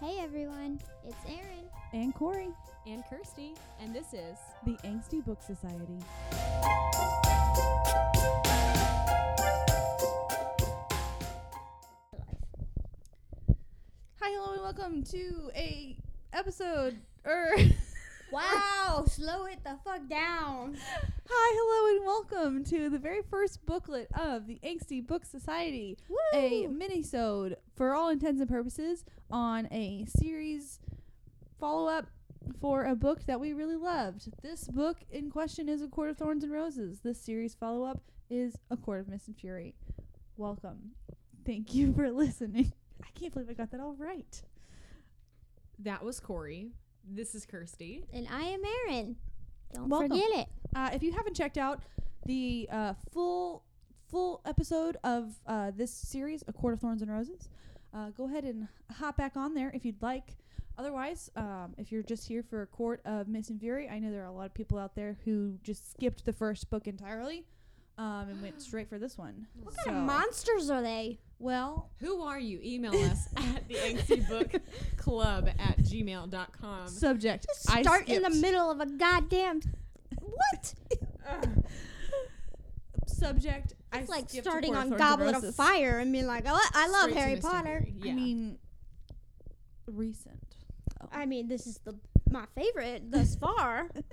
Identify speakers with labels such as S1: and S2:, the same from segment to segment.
S1: Hey everyone, it's Erin.
S2: and Corey,
S3: and Kirsty, and this is
S2: the Angsty Book Society.
S4: Hi, hello, and welcome to a episode. Er,
S1: Wow, slow it the fuck down.
S4: hi, hello, and welcome to the very first booklet of the Angsty Book Society, a mini-sode for all intents and purposes on a series follow-up for a book that we really loved. This book in question is A Court of Thorns and Roses. This series follow-up is A Court of Mist and Fury. Welcome. Thank you for listening. I can't believe I got that all right.
S3: that was Corey. This is Kirsty.
S1: And I am Erin. Don't
S4: Welcome.
S1: forget it.
S4: Uh, if you haven't checked out the uh, full full episode of uh, this series, A Court of Thorns and Roses, uh, go ahead and hop back on there if you'd like. Otherwise, um, if you're just here for a Court of Mist and Fury, I know there are a lot of people out there who just skipped the first book entirely um, and went straight for this one.
S1: What kind of monsters are they?
S4: well,
S3: Who are you? Email us at the angsty book club at gmail.com.
S4: subject.
S1: Um, Just
S4: I
S1: start in the
S4: skipped.
S1: middle of a goddamn. What?
S4: subject. I
S1: it's like
S4: skipped A
S1: starting
S4: Court
S1: on
S4: Thorns and
S1: Goblet of
S4: Roses.
S1: Fire and being like, oh, I love
S3: Straight to
S1: Harry
S3: Mist and
S1: Potter.
S3: Fury. Yeah.
S4: I mean, recent.
S1: I mean, this is the my favorite thus far. Let's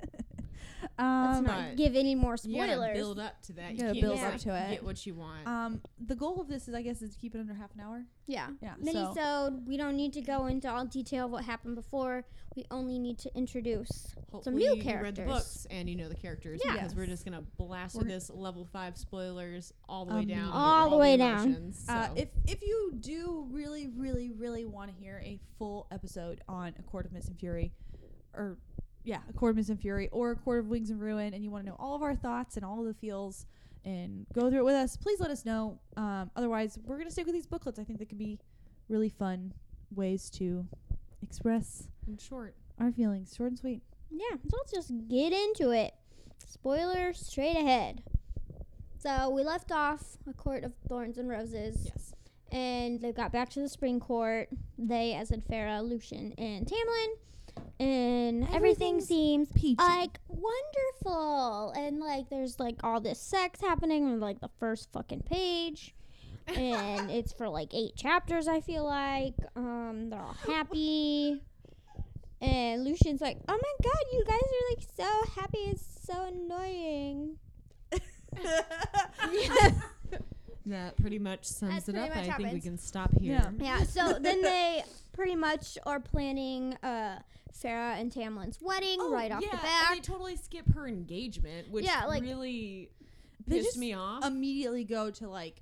S1: not
S4: Um,
S3: but
S1: give any more
S3: you gotta
S1: spoilers.
S3: build up to
S4: You
S3: that. You
S4: gotta
S3: can't
S4: build
S3: just,
S1: up Uh,
S3: like,
S4: to it.
S3: Get what you want.
S4: Um, the goal of this is, I guess, is to keep it under half an hour.
S1: yeah.
S4: Yeah.
S1: Minisode,
S4: so
S1: we don't need to go into all detail of what happened before. We only need to introduce
S3: Hopefully
S1: new
S3: you read the
S1: characters.
S3: books and you know the characters
S1: Yeah.
S3: because we're
S4: Yes.
S3: just gonna blast
S4: We're-
S3: through this level five spoilers all the way
S4: Um,
S3: down.
S1: All the way down.
S4: uh,
S3: down.
S4: if if you do really, really, really want to hear a full episode on A Court of Mist and Fury, or yeah, A Court of Mist and Fury, or A Court of Wings and Ruin, and you want to know all of our thoughts and all of the feels and go through it with us, please let us know. Um, otherwise, we're gonna stick with these booklets. I think they could be really fun ways to express
S3: in short,
S4: our feelings, short and sweet.
S1: Yeah, so let's just get into it. Spoiler straight ahead. So we left off a court of thorns and roses,
S3: yes.
S1: and they got back to the spring court. They, as in Farah, Lucian, and Tamlin, and everything
S4: Everything's
S1: seems
S4: Peach.
S1: like wonderful. And like, there's like all this sex happening on like the first fucking page, and it's for like eight chapters. I feel like um, they're all happy. And Lucian's like, "Oh my god, you guys are like so happy. It's so annoying."
S3: That pretty much sums
S1: That's
S3: it
S1: pretty
S3: up. I
S1: much
S3: think we
S1: happens.
S3: can stop here.
S4: Yeah.
S1: Yeah. So then they pretty much are planning uh, Farah and Tamlin's wedding
S3: Oh,
S1: right off
S3: yeah,
S1: the
S3: And
S1: bat.
S3: they totally skip her engagement, which
S1: Yeah, like-
S3: really
S4: They
S3: pissed
S4: just
S3: me off.
S4: immediately go to like,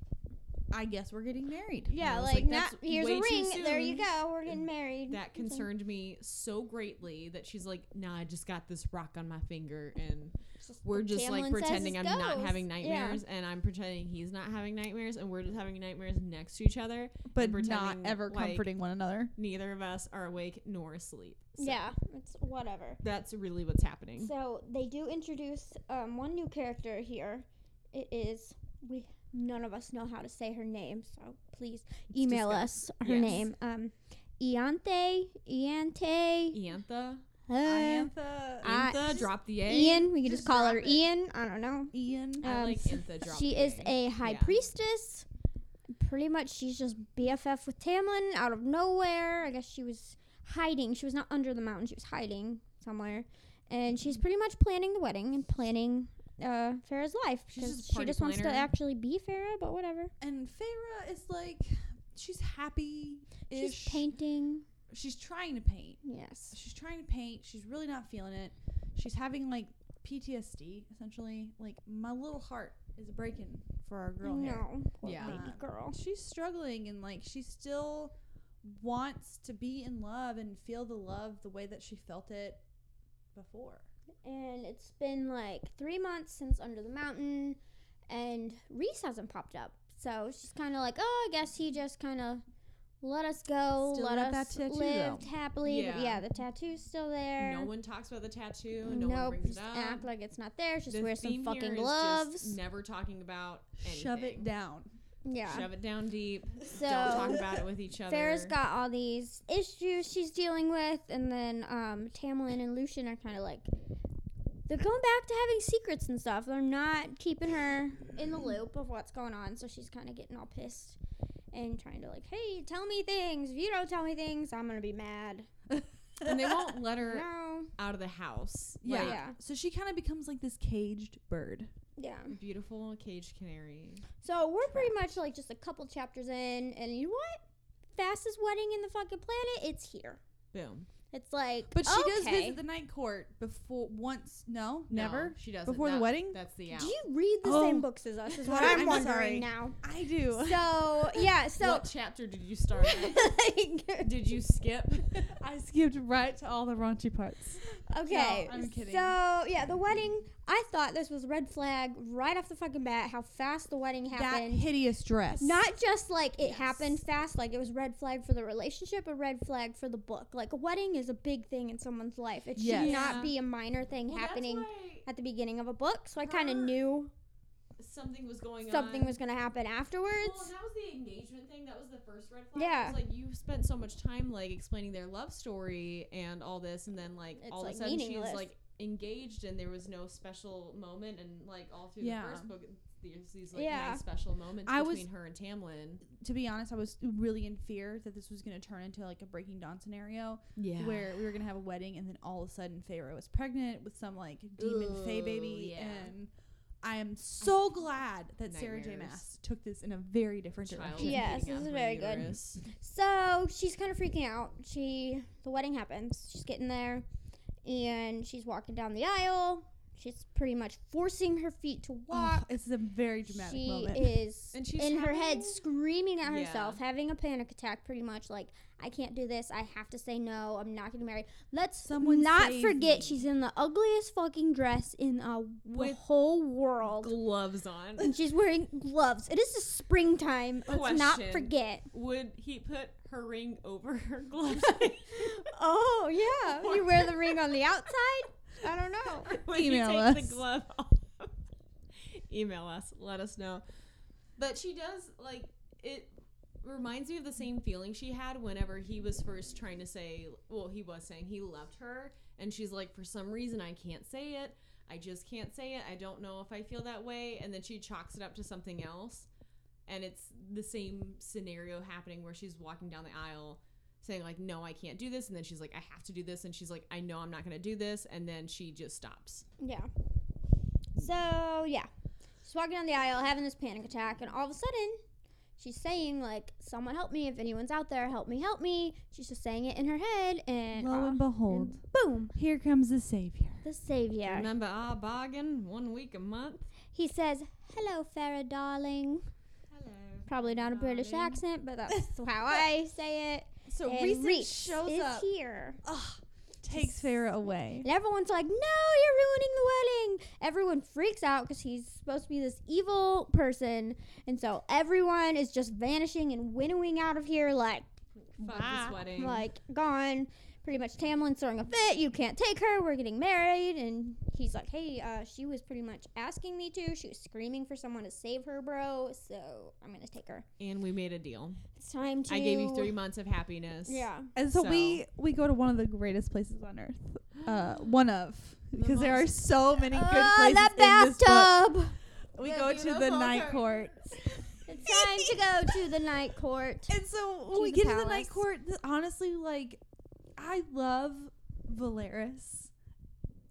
S4: I guess we're getting married.
S3: I
S1: yeah,
S3: was
S1: like,
S3: like,
S1: not,
S3: that's
S1: here's
S3: way
S1: a
S3: too
S1: ring. There you
S3: soon.
S1: go. We're getting married.
S3: that
S1: It's like,
S3: concerned me so greatly that she's like, "Nah, I just got this rock on my finger, and we're
S1: what
S3: just
S1: Tamlin
S3: like
S1: says
S3: pretending
S1: it
S3: I'm
S1: goes."
S3: not having
S1: Yeah.
S3: nightmares, and I'm pretending he's not having nightmares, and we're just having nightmares next to each other,
S4: but
S3: and
S4: not
S3: pretending,
S4: ever
S3: like,
S4: comforting one another.
S3: Neither of us are awake nor asleep. So
S1: Yeah, it's whatever.
S3: that's really what's happening.
S1: So they do introduce um, one new character here. It is we none of us know how to say her name, so please email us her
S3: Yes.
S1: name. Um, Iante, Iante,
S3: Iantha,
S1: uh,
S4: Iantha.
S1: I-
S3: Iantha, drop the A.
S1: uh, Ian. We could just,
S3: Just
S1: call her
S3: drop it.
S1: Ian. I don't know.
S4: Ian.
S3: I
S1: um,
S3: like Iantha. Drop
S1: she
S3: the
S1: is a high
S3: Yeah.
S1: priestess. Pretty much, she's just BFF with Tamlin out of nowhere. I guess she was hiding. She was not under the mountain. She was hiding somewhere, and
S3: Mm-hmm.
S1: she's pretty much planning the wedding and planning uh, Farah's life
S3: She's just a
S1: because she
S3: party
S1: just wants to
S3: planner.
S1: actually be Farah. But whatever,
S4: And Feyre is like, she's happy.
S1: she's painting.
S4: She's trying to paint.
S1: Yes,
S4: She's trying to paint. She's really not feeling it. She's having like PTSD essentially. Like my little heart is breaking for our girl here.
S1: no, poor
S3: Yeah.
S1: baby girl.
S4: She's struggling and like she still wants to be in love and feel the love the way that she felt it before.
S1: And it's been like three months since Under the Mountain, and Reese hasn't popped up. So she's kind of like, oh, I guess he just kind of let us go,
S4: Still
S1: let
S4: got that
S1: us
S4: tattoo,
S1: live
S4: though.
S1: happily. But
S3: Yeah.
S1: yeah, the tattoo's still there.
S3: No one talks about the tattoo. No one
S1: Nope,
S3: brings
S1: just
S3: it up.
S1: act like it's not there. Just
S3: The
S1: wear some
S3: theme here
S1: fucking
S3: is just
S1: gloves.
S3: Never talking about anything.
S4: Shove it down.
S1: Yeah.
S3: Shove it down deep. Don't talk
S1: So
S3: about it with each other.
S1: Farrah's got all these issues she's dealing with, and then um, Tamlin and Lucian are kind of like they're going back to having secrets and stuff. They're not keeping her in the loop of what's going on, so she's kind of getting all pissed and trying to like, hey, tell me things. If you don't tell me things, I'm gonna be mad.
S3: and they won't let her
S1: No.
S3: out of the house.
S4: Yeah.
S3: Like,
S1: yeah.
S4: So she kind of becomes like this caged bird.
S1: Yeah.
S3: Beautiful caged canary.
S1: So we're pretty much like just a couple chapters in, and you know what? Fastest wedding in the fucking planet. It's here.
S3: Boom.
S1: It's like,
S4: But she does
S1: okay.
S4: visit the night court before once. No,
S3: No,
S4: never.
S3: she doesn't.
S4: Before the
S3: That-
S4: wedding?
S3: That's the out.
S1: Do you read the
S4: Oh.
S1: same books as us? Is what
S4: I'm
S1: I'm, wondering
S4: sorry.
S1: now.
S4: I do.
S1: So yeah, so
S3: what chapter did you start? at?
S1: like,
S3: did you skip?
S4: I skipped right to all the raunchy parts.
S1: okay,
S4: No, I'm kidding.
S1: So yeah, the wedding. I thought this was red flag right off the fucking bat. How fast the wedding
S4: That
S1: happened.
S4: hideous dress.
S1: Not just like it
S3: Yes.
S1: happened fast, like it was red flag for the relationship, a red flag for the book. Like a wedding is a big thing in someone's life. It should
S4: Yes.
S3: Yeah.
S1: not be a minor thing
S3: Well, that's
S1: happening
S3: why
S1: at the beginning of a book. So I kind of
S3: Her
S1: knew
S3: something was going
S1: something
S3: on.
S1: was gonna happen afterwards.
S3: Oh Well, and that was the engagement thing. That was the first red flag.
S1: Yeah.
S3: It was like you spent so much time like explaining their love story and all this, and then like
S1: It's,
S3: all
S1: like,
S3: of a sudden
S1: meaningless.
S3: she's like engaged, and there was no special moment, and like all through
S4: Yeah.
S3: the first book, there's these like
S1: Yeah.
S3: nice special moments
S4: I was-
S3: between her and Tamlin.
S4: to be honest, I was really in fear that this was going to turn into like a Breaking Dawn scenario
S3: Yeah.
S4: where we were going to have a wedding and then all of a sudden Pharaoh was pregnant with some like demon fae
S3: Ooh,
S4: baby.
S3: yeah.
S4: And I am so glad that Sarah J.
S3: Nightmares.
S4: Mass took this in a very different
S3: Child
S4: direction.
S1: Yeah. Yes,
S3: feeding
S1: this
S3: out
S1: is
S3: her
S1: very good.
S3: uterus.
S1: So she's kind of freaking out. She the wedding happens. She's getting there, and she's walking down the aisle. She's pretty much forcing her feet to
S4: Oh,
S1: walk.
S4: it's a very dramatic
S1: she
S4: moment.
S1: is
S3: And she's
S1: in her
S3: having-
S1: head screaming at
S3: Yeah.
S1: herself, having a panic attack. Pretty much like I can't do this. I have to say no. I'm not getting married. Let's
S4: Someone
S1: not
S4: save
S1: forget
S4: me.
S1: she's in the ugliest fucking dress in uh, the
S3: With
S1: whole world.
S3: Gloves on.
S1: and she's wearing gloves. It is the springtime. Let's not
S3: Question.
S1: forget.
S3: Would he put her ring over her gloves?
S1: Oh yeah, you wear the ring on the outside. I don't know.
S3: when you
S4: Email
S3: take
S4: us.
S3: the glove off. Email us. Let us know. But she does like it reminds me of the same feeling she had whenever he was first trying to say well, he was saying he loved her and she's like, For some reason I can't say it. I just can't say it. I don't know if I feel that way and then she chalks it up to something else. And it's the same scenario happening where she's walking down the aisle saying like no I can't do this and then she's like I have to do this and she's like I know I'm not going to do this and then she just stops.
S1: Yeah. So yeah, she's walking down the aisle having this panic attack, and all of a sudden, she's saying like, "Someone help me! If anyone's out there, help me, help me!" She's just saying it in her head, and
S4: Lo
S1: uh,
S4: and behold,
S1: boom,
S4: here comes the savior.
S1: the savior.
S3: Remember our bargain? One week a month.
S1: He says, "Hello, Farah, darling."
S3: Hello.
S1: Probably not a British
S3: Darling.
S1: accent, but that's how I say it.
S4: So
S1: and
S4: Reese
S1: Reese
S4: shows
S1: is
S4: up,
S1: here.
S4: takes Pharaoh away.
S1: And everyone's like, no, you're ruining the wedding. Everyone freaks out because he's supposed to be this evil person. And so everyone is just vanishing and winnowing out of here, like,
S3: Fuck this wedding.
S1: like gone. Pretty much Tamlin's throwing a fit. You can't take her. We're getting married. And he's like, hey, uh, she was pretty much asking me to. She was screaming for someone to save her, bro. So I'm going to take her.
S3: and we made a deal.
S1: It's time to.
S3: I gave you three months of happiness.
S1: Yeah.
S4: And so,
S3: So-
S4: we we go to one of the greatest places on earth, uh, one of
S3: The
S4: because there are
S3: most-
S4: so many good
S1: Oh,
S4: places
S1: the
S4: in this book.
S1: bathtub.
S4: We
S3: The
S4: go to the
S3: beautiful
S4: night
S3: garden.
S4: court,
S1: It's time to go to the night court.
S4: and so
S1: To
S4: we
S1: the
S4: get to the night
S1: palace.
S4: court. th- Honestly, like I love Valeris,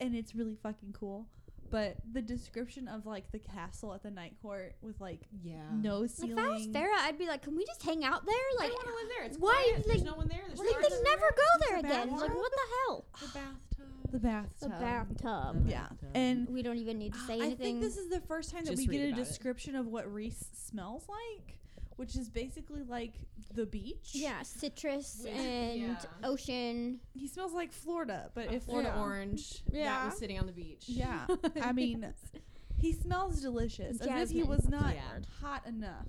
S4: and it's really fucking cool. But the description of like the castle at the night court with like
S3: Yeah.
S4: no
S1: Like
S4: ceiling,
S1: if I was Farah, I'd be like, can we just hang out there?
S3: I
S1: Like,
S3: don't want to live there. It's
S1: why,
S3: quiet. There's
S1: like,
S3: no one there. There's
S1: like they
S3: stars
S1: never go there
S4: The
S1: again. Like,
S4: bathtub?
S1: what the hell?
S3: everywhere. The bathtub.
S4: the bathtub,
S1: The bathtub.
S4: yeah, and
S1: We don't even need to say
S4: I
S1: anything.
S4: think this is the first time that
S3: Just
S4: we
S3: read
S4: get a
S3: about it.
S4: description of what Reese smells like, which is basically like the beach.
S1: yeah, citrus
S3: With-
S1: and
S3: yeah.
S1: ocean.
S4: He smells like Florida, but
S3: A
S4: if
S3: Florida
S1: yeah.
S3: orange that
S1: Yeah.
S3: was sitting on the beach.
S4: Yeah. I mean, he smells delicious. As if he
S1: Jasmine.
S4: was not
S3: Yeah.
S4: hot enough.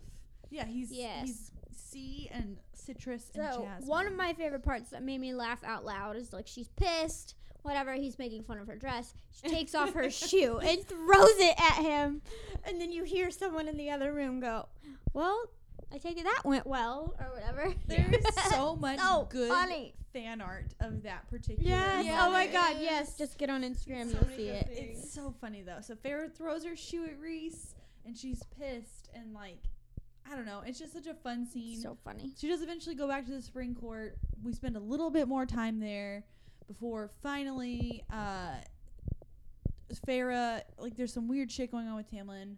S4: Yeah, he's he's
S1: Yes.
S4: sea and citrus and
S1: So
S4: jasmine.
S1: one of my favorite parts that made me laugh out loud is like she's pissed. whatever, he's making fun of her dress. She takes off her shoe and throws it at him. And then you hear someone in the other room go, Well, I take it that went well, or whatever.
S4: There's so much
S1: so
S4: good
S1: funny.
S4: fan art of that particular.
S1: Yes.
S3: Yeah,
S1: oh my
S3: there
S1: god,
S3: is.
S1: yes. Just get on Instagram,
S3: So
S1: you'll
S3: many
S1: see
S3: good
S1: it.
S3: things.
S4: It's so funny though. So Farrah throws her shoe at Reese, and she's pissed, and like, I don't know. It's just such a fun scene.
S1: So funny.
S4: she does eventually go back to the Supreme Court. We spend a little bit more time there before finally, uh, Farah. Like, there's some weird shit going on with Tamlin,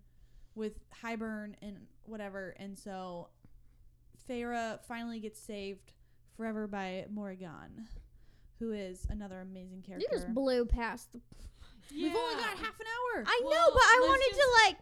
S4: with Highburn and whatever, and so Farah finally gets saved forever by Morrigan, who is another amazing character.
S1: You just blew past the.
S4: We've only got half an hour.
S1: I
S3: Well,
S1: know, but I
S3: let's
S1: wanted to like.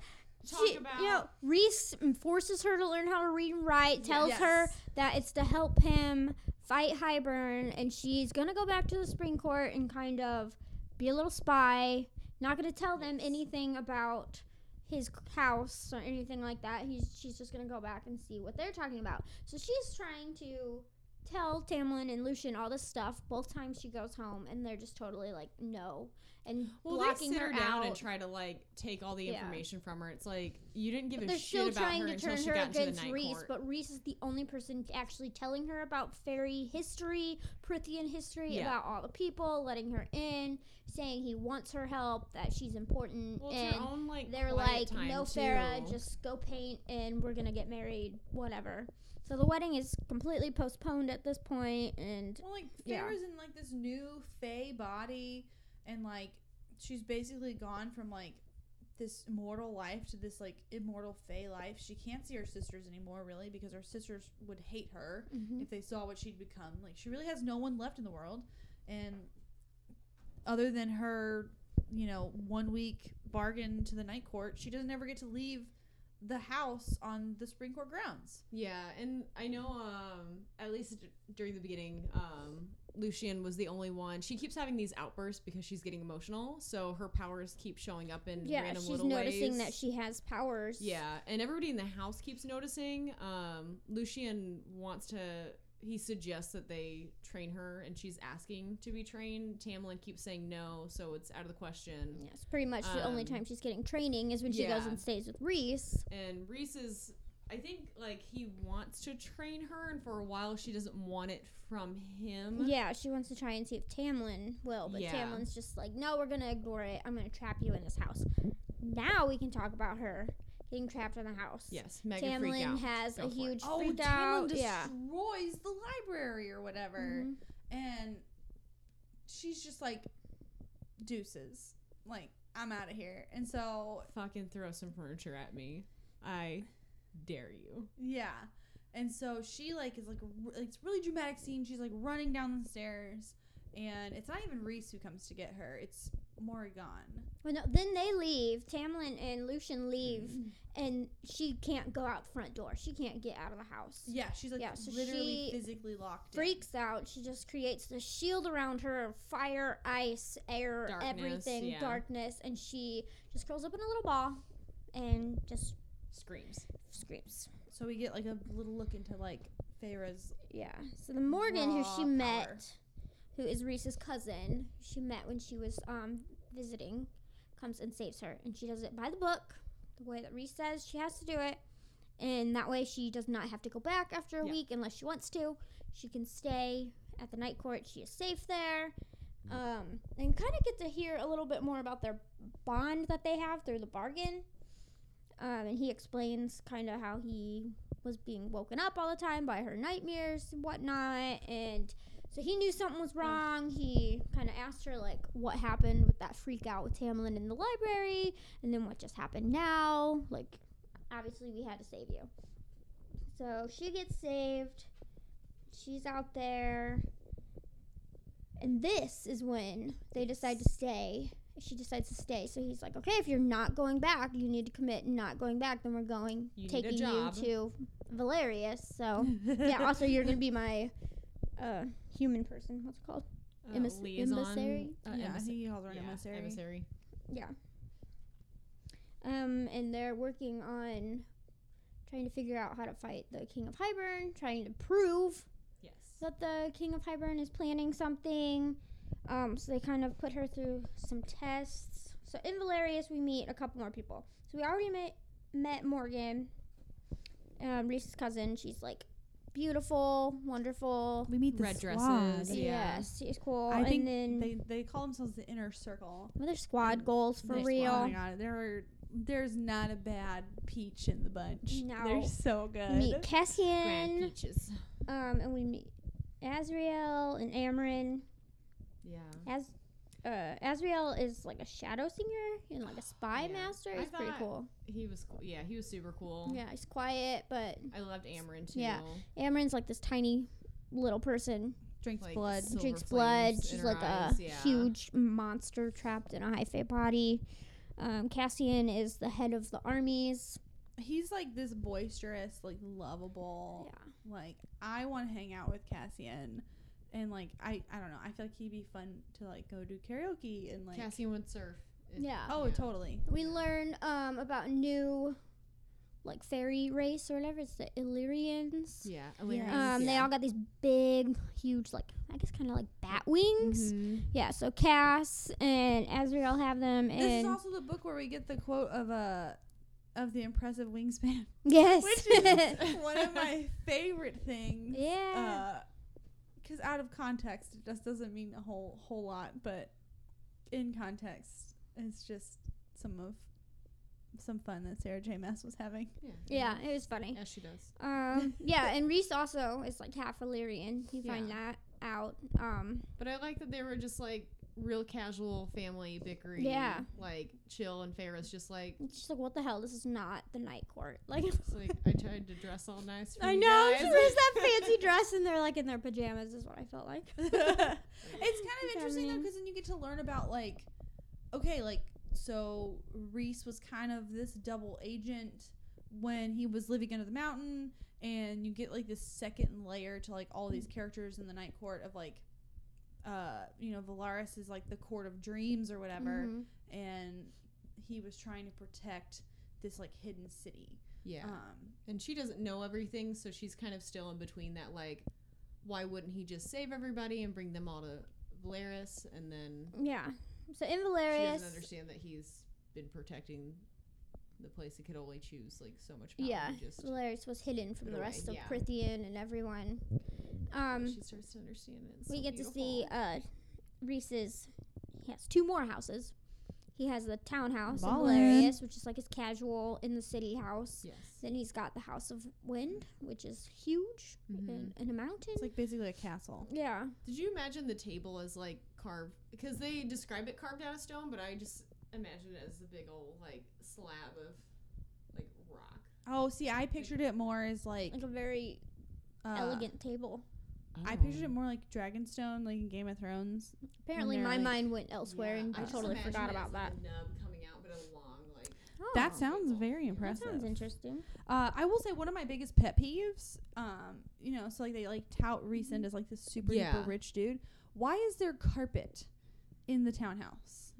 S3: talk
S1: She,
S3: about-
S1: you know, Reese forces her to learn how to read and write. Tells her
S4: Yes.
S1: that it's to help him fight Highburn, and she's gonna go back to the Supreme Court and kind of be a little spy. Not gonna tell them anything about his c- house or anything like that. He's she's just gonna go back and see what they're talking about. So she's trying to tell Tamlin and Lucian all this stuff both times she goes home, and they're just totally like no and
S3: Well, they
S1: blocking
S3: sit
S1: her,
S3: her down
S1: out.
S3: and try to like take all the
S1: Yeah.
S3: information from her. It's like you didn't give
S1: But
S3: a
S1: they're
S3: shit
S1: still
S3: about
S1: trying
S3: her
S1: to
S3: until
S1: turn
S3: she
S1: her
S3: got into
S1: against
S3: the night
S1: Reese,
S3: court.
S1: but Reese is the only person actually telling her about fairy history, Prithian history,
S3: Yeah.
S1: about all the people, letting her in, saying he wants her help, that she's important,
S3: well, it's
S1: and
S3: her own like
S1: they're
S3: quiet
S1: like,
S3: time
S1: "No,
S3: too.
S1: Farah, just go paint, and we're gonna get married, whatever." So the wedding is completely postponed at this point, and
S4: Well, like
S1: Yeah.
S4: Farrah's in like this new Fey body, and like she's basically gone from like this mortal life to this like immortal Fey life. She can't see her sisters anymore, really, because her sisters would hate her
S3: Mm-hmm.
S1: Mm-hmm.
S4: if they saw what she'd become. Like she really has no one left in the world, and other than her, you know, one week bargain to the night court, she doesn't ever get to leave the house on the Supreme Court grounds.
S3: Yeah, and I know um at least d- during the beginning, um Lucian was the only one. She keeps having these outbursts because she's getting emotional, so her powers keep showing up in
S1: yeah,
S3: random
S1: she's
S3: little
S1: noticing
S3: ways.
S1: that she has powers.
S3: Yeah, and everybody in the house keeps noticing. Um Lucian wants to he suggests that they train her and she's asking to be trained. Tamlin keeps saying no, so it's out of the question.
S1: Yes, pretty much the only
S3: Um,
S1: time she's getting training is when she goes
S3: yeah.
S1: and stays with Reese.
S3: and Reese is I think like he wants to train her and for a while she doesn't want it from him.
S1: Yeah, she wants to try and see if Tamlin will, but
S3: Mm-hmm. Yeah.
S1: Tamlin's just like, no, we're gonna ignore it. I'm gonna trap you in this house. Now we can talk about her getting trapped in the house.
S3: Yes, mega freak
S1: Tamlin
S3: out.
S1: has
S3: Go
S1: a
S3: for it.
S1: huge
S4: Oh,
S1: freak
S4: Tamlin
S1: out.
S4: destroys
S1: yeah,
S4: the library or whatever.
S3: Mm-hmm.
S1: Mhm.
S4: and she's just like deuces like i'm out of here and so
S3: Oh, Fucking throw some furniture at me. I dare you.
S4: yeah and so she like is like r- it's really dramatic scene she's like running down the stairs and it's not even reese who comes to get her it's morrigan
S1: Well, no, then they leave. Tamlin and Lucian leave,
S3: Mm-hmm.
S1: and she can't go out the front door. She can't get out of the house.
S4: yeah she's like
S1: Yeah, so
S4: literally
S1: she
S4: physically locked in.
S1: Freaks out. She just creates the shield around her of fire, ice, air,
S3: Darkness,
S1: everything,
S3: yeah.
S1: darkness, and she just curls up in a little ball and just
S3: Screams.
S1: screams.
S4: so we get like a little look into like Feyre's
S1: Yeah. So the Morgan who
S4: Raw
S1: she
S4: power.
S1: met, who is Reese's cousin, she met when she was um visiting, comes and saves her, and she does it by the book, the way that Reese says she has to do it, and that way she does not have to go back after a
S3: Yeah.
S1: week unless she wants to. She can stay at the night court. She is safe there. Um, and kind of get to hear a little bit more about their bond that they have through the bargain. Um, and he explains kind of how he was being woken up all the time by her nightmares and whatnot. And so he knew something was wrong. He kind of asked her, like, what happened with that freak out with Tamlin in the library, and then what just happened now. Like, obviously, we had to save you. So she gets saved. She's out there. And this is when they decide to stay. She decides to stay. So he's like, okay, if you're not going back, you need to commit not going back. Then we're going,
S3: You need a
S1: taking you
S3: job."
S1: to Valerius. So, Oh. yeah, also, you're going to be my uh, human person. What's it called?
S3: Uh,
S1: Emis-
S3: liaison,
S1: emissary?
S3: Uh,
S4: yeah i
S3: emissi-
S4: think he calls her an
S3: yeah,
S4: emissary.
S3: emissary.
S1: Um, and they're working on trying to figure out how to fight the King of Hybern, trying to prove
S3: Yes.
S1: that the King of Hybern is planning something. Um, so they kind of put her through some tests. So in Valerius, we meet a couple more people. So we already met met Morgan, um, Reese's cousin. She's like beautiful, wonderful.
S4: We meet the
S3: Red
S4: squad.
S3: dresses. Yeah.
S1: Yes, she's cool.
S4: I
S1: Oh, and
S4: think
S1: then
S4: they they call themselves the inner circle.
S1: well, their squad goals for
S4: Their squad,
S1: real.
S4: Oh my god, there are there's not a bad peach in the bunch.
S1: No.
S4: They're so good.
S1: meet
S3: Grand
S1: Cassian,
S3: peaches.
S1: um, and we meet Azriel and Amarin.
S3: Yeah.
S1: As uh, Azriel is like a shadow singer and like a spy
S3: Yeah.
S1: master.
S3: I
S1: He's pretty
S3: thought- Oh.
S1: cool.
S3: He was cool. Yeah, he was super cool.
S1: Yeah, he's quiet, but
S3: I loved Amarin too.
S1: Yeah. Amarin's like this tiny little person
S4: Drinks
S3: Like,
S4: blood.
S3: Silver
S1: drinks
S3: flames
S1: blood.
S3: in
S1: She's
S3: her
S1: like
S3: eyes,
S1: a
S3: yeah.
S1: huge monster trapped in a high fit body. Um, Cassian is the head of the armies.
S4: He's like this boisterous, like
S3: Oh.
S4: lovable. Like I want to hang out with Cassian, and like I I don't know. I feel like he'd be fun to like go do karaoke and like.
S3: Cassian would surf. It-
S1: Yeah.
S4: Oh, totally.
S1: We
S3: Yeah.
S1: learn um, about a new like fairy race or whatever. It's the Illyrians.
S3: Yeah.
S4: Yeah.
S1: Um, They all got these big, huge, like I guess kind of like bat wings.
S3: Mhm.
S1: Yeah. So Cass and Azrael have them, and
S4: This is also the book where we get the quote of uh, of the impressive wingspan,
S1: yes,
S4: which is one of my favorite things.
S1: yeah,
S4: because Uh, out of context, it just doesn't mean a whole whole lot, but in context, it's just some of some fun that Sarah J. Mass was having.
S3: Yeah.
S1: yeah. It was funny.
S3: Yeah, she does.
S1: Um, yeah, and Reese also is like half Illyrian. You find that out. Um,
S3: But I like that they were just like real casual family bickering.
S1: Yeah.
S3: Like chill and Ferris just like
S1: it's just like, what the hell? This is not the night court. Like,
S3: it's like I tried to dress all nice for
S1: I
S3: you
S1: know
S3: guys.
S1: she wears that fancy dress, and they're like in their pajamas. Is what I felt like.
S4: it's kind of
S1: It's
S4: interesting though
S1: happening.
S4: because then you get to learn about like okay like so reese was kind of this double agent when he was living under the mountain and you get like this second layer to like all these characters in the night court of like uh you know valaris is like the court of dreams or whatever
S1: Mhm.
S4: and he was trying to protect this like hidden city
S3: Yeah.
S1: "Uh."
S4: um
S3: and she doesn't know everything, so she's kind of still in between that like why wouldn't he just save everybody and bring them all to Valeris and then
S1: Yeah. So in
S3: she
S1: Valerius,
S3: doesn't understand that he's been protecting the place that could only choose like so much power.
S1: yeah,
S3: and just
S1: Valerius was hidden from
S3: Put
S1: the
S3: away,
S1: rest of
S3: yeah.
S1: Prithian and everyone. Um,
S3: she starts to understand it. It's
S1: we
S3: so
S1: get to see
S3: beautiful.
S1: uh, Reese's. He has two more houses. He has the townhouse in
S2: Ballin'.
S1: Valerius, which is like his casual in the city house.
S3: Yes.
S1: Then he's got the House of Wind, which is huge
S3: Mm-hmm.
S1: in, in a mountain.
S4: it's like basically a castle
S1: yeah,
S3: Did you imagine the table as like carved? Because they describe it carved out of stone, but I just imagine it as the big old like slab of like rock.
S4: oh see i pictured it more as like,
S1: like a very
S4: uh,
S1: elegant table.
S3: Oh.
S4: I pictured it more like Dragonstone, like in Game of Thrones.
S1: Apparently,
S4: they're
S1: my
S4: like-
S1: mind went elsewhere,
S3: Oh. Yeah,
S1: and
S3: I
S1: I
S3: just
S1: totally
S3: imagine
S1: forgot
S3: it as,
S1: about that.
S3: like, a nub coming out, but a long like.
S4: That
S1: Oh,
S4: sounds very
S1: that
S4: impressive.
S1: sounds interesting.
S4: uh, I will say one of my biggest pet peeves, um, you know, so like they like tout Recent as like this super
S3: Yeah.
S4: duper rich dude. Why is there carpet in the townhouse?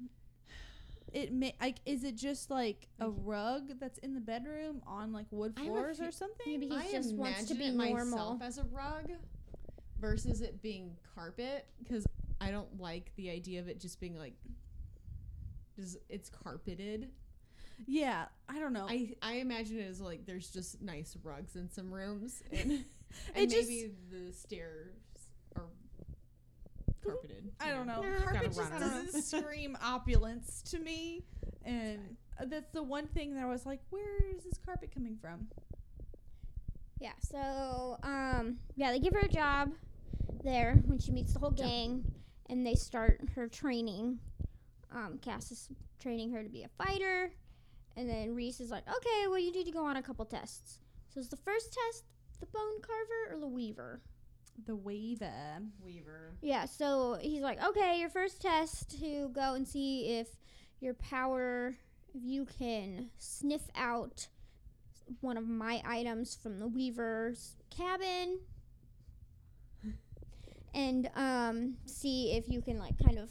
S4: It may like is it just like a rug that's in the bedroom on like wood
S3: I have a
S4: floors
S3: fe-
S4: or something?
S1: Maybe he
S3: I
S1: just wants to
S3: imagine
S1: be
S3: it
S1: normal.
S3: myself as a rug versus it being carpet because I don't like the idea of it just being like. Just, it's carpeted.
S4: Yeah, I don't know.
S3: I I imagine it as like there's just nice rugs in some rooms, and,
S4: It
S3: and
S4: just-
S3: maybe the stairs are carpeted.
S4: I
S3: you
S4: don't know.
S3: Kinda
S4: Carpet just
S3: run around.
S4: doesn't scream opulence to me, and that's the one thing that I was like, "Where is this carpet coming from?"
S1: Yeah. So, um, yeah, they give her a job there when she meets the whole gang, and they start her training. Um, Cass is training her to be a fighter, and then Reese is like, "Okay, well, you need to go on a couple tests." So, is the first test the bone carver or the weaver?
S4: The waiver.
S3: Weaver.
S1: Yeah. So he's like, "Okay, your first test to go and see if your power, if you can sniff out." One of my items from the Weaver's cabin, and um, see if you can like kind of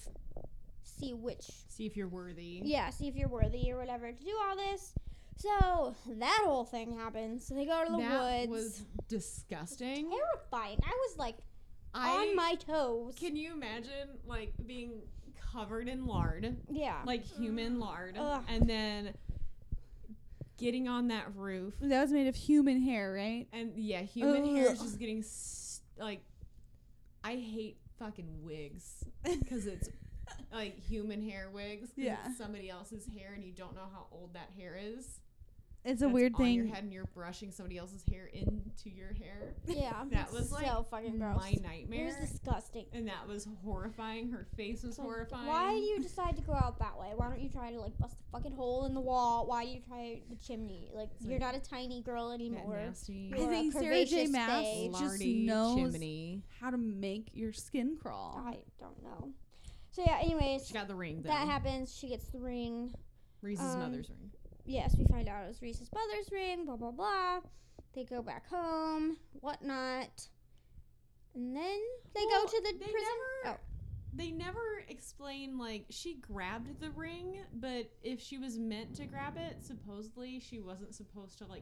S1: see which
S3: See if you're worthy.
S1: yeah see if you're worthy or whatever to do all this so that whole thing happens so they go to the woods
S3: that was disgusting.
S1: terrifying i was like
S3: I
S1: on my toes.
S3: can you imagine like being covered in lard,
S1: yeah.
S3: like
S4: Mm.
S3: human lard,
S1: Ugh.
S3: and then getting on that roof
S4: That was made of human hair, right?
S3: and yeah, human hair is
S4: Ugh.
S3: just getting s like I hate fucking wigs because it's like human hair wigs. 'cause
S4: Yeah.
S3: it's somebody else's hair and you don't know how old that hair is.
S4: It's a
S3: That's
S4: weird
S3: on
S4: thing.
S3: Your head and you're brushing somebody else's hair into your hair.
S1: yeah.
S3: That was, like,
S1: so fucking gross.
S3: My
S1: it
S3: nightmare.
S1: was disgusting.
S3: and that was horrifying. Her face was
S1: It's like,
S3: horrifying.
S1: Why do you decide to go out that way? Why don't you try to like bust a fucking hole in the wall? Why do you try the chimney? Like
S3: It's
S1: you're
S3: like
S1: not a tiny girl
S3: that
S1: anymore.
S3: nasty
S4: I
S1: Or a
S4: think Sarah J.
S1: curvaceous
S4: Maas
S1: face.
S4: just
S3: lardy
S4: knows
S3: chimney?
S4: how to make your skin crawl.
S1: I don't know. So yeah. Anyways,
S3: She got the ring. Though.
S1: that happens. She gets the ring.
S3: Reese's
S1: um,
S3: mother's ring.
S1: Yes, we find out it was Reese's mother's ring. Blah blah blah. They go back home, whatnot, and then they
S3: Well,
S1: go to the
S3: they
S1: prison. oh,
S3: never- They never explain like she grabbed the ring, but if she was meant to grab it, supposedly she wasn't supposed to like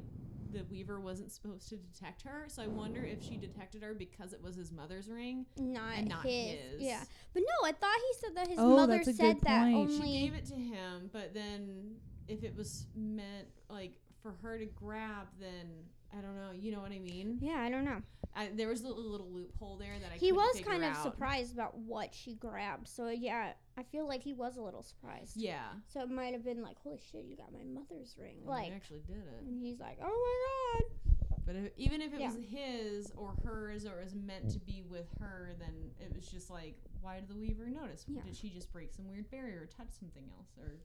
S3: the Weaver wasn't supposed to detect her. So I wonder if she detected her because it was his mother's ring.
S1: not,
S3: and not
S1: his.
S3: his.
S1: Yeah, but no, I thought he said that his
S4: Oh,
S1: mother
S4: that's a
S1: said
S4: good
S1: that
S4: point. She
S1: only.
S3: She gave it to him, but then if it was meant like for her to grab, then I don't know. You know what I mean?
S1: yeah, I don't know.
S3: I, there was a little, little loophole there that I
S1: He
S3: couldn't
S1: was
S3: figure
S1: kind of
S3: out.
S1: surprised about what she grabbed. So yeah, I feel like he was a little surprised.
S3: Yeah,
S1: So it might have been like, "Holy shit, you got my mother's ring!"
S3: and
S1: Like,
S3: he actually did it.
S1: and he's like, "Oh my god."
S3: But if, even if it
S1: Yeah.
S3: was his or hers or it was meant to be with her, then it was just like, why did the Weaver notice?
S1: Yeah.
S3: Did she just break some weird barrier or touch something else? Or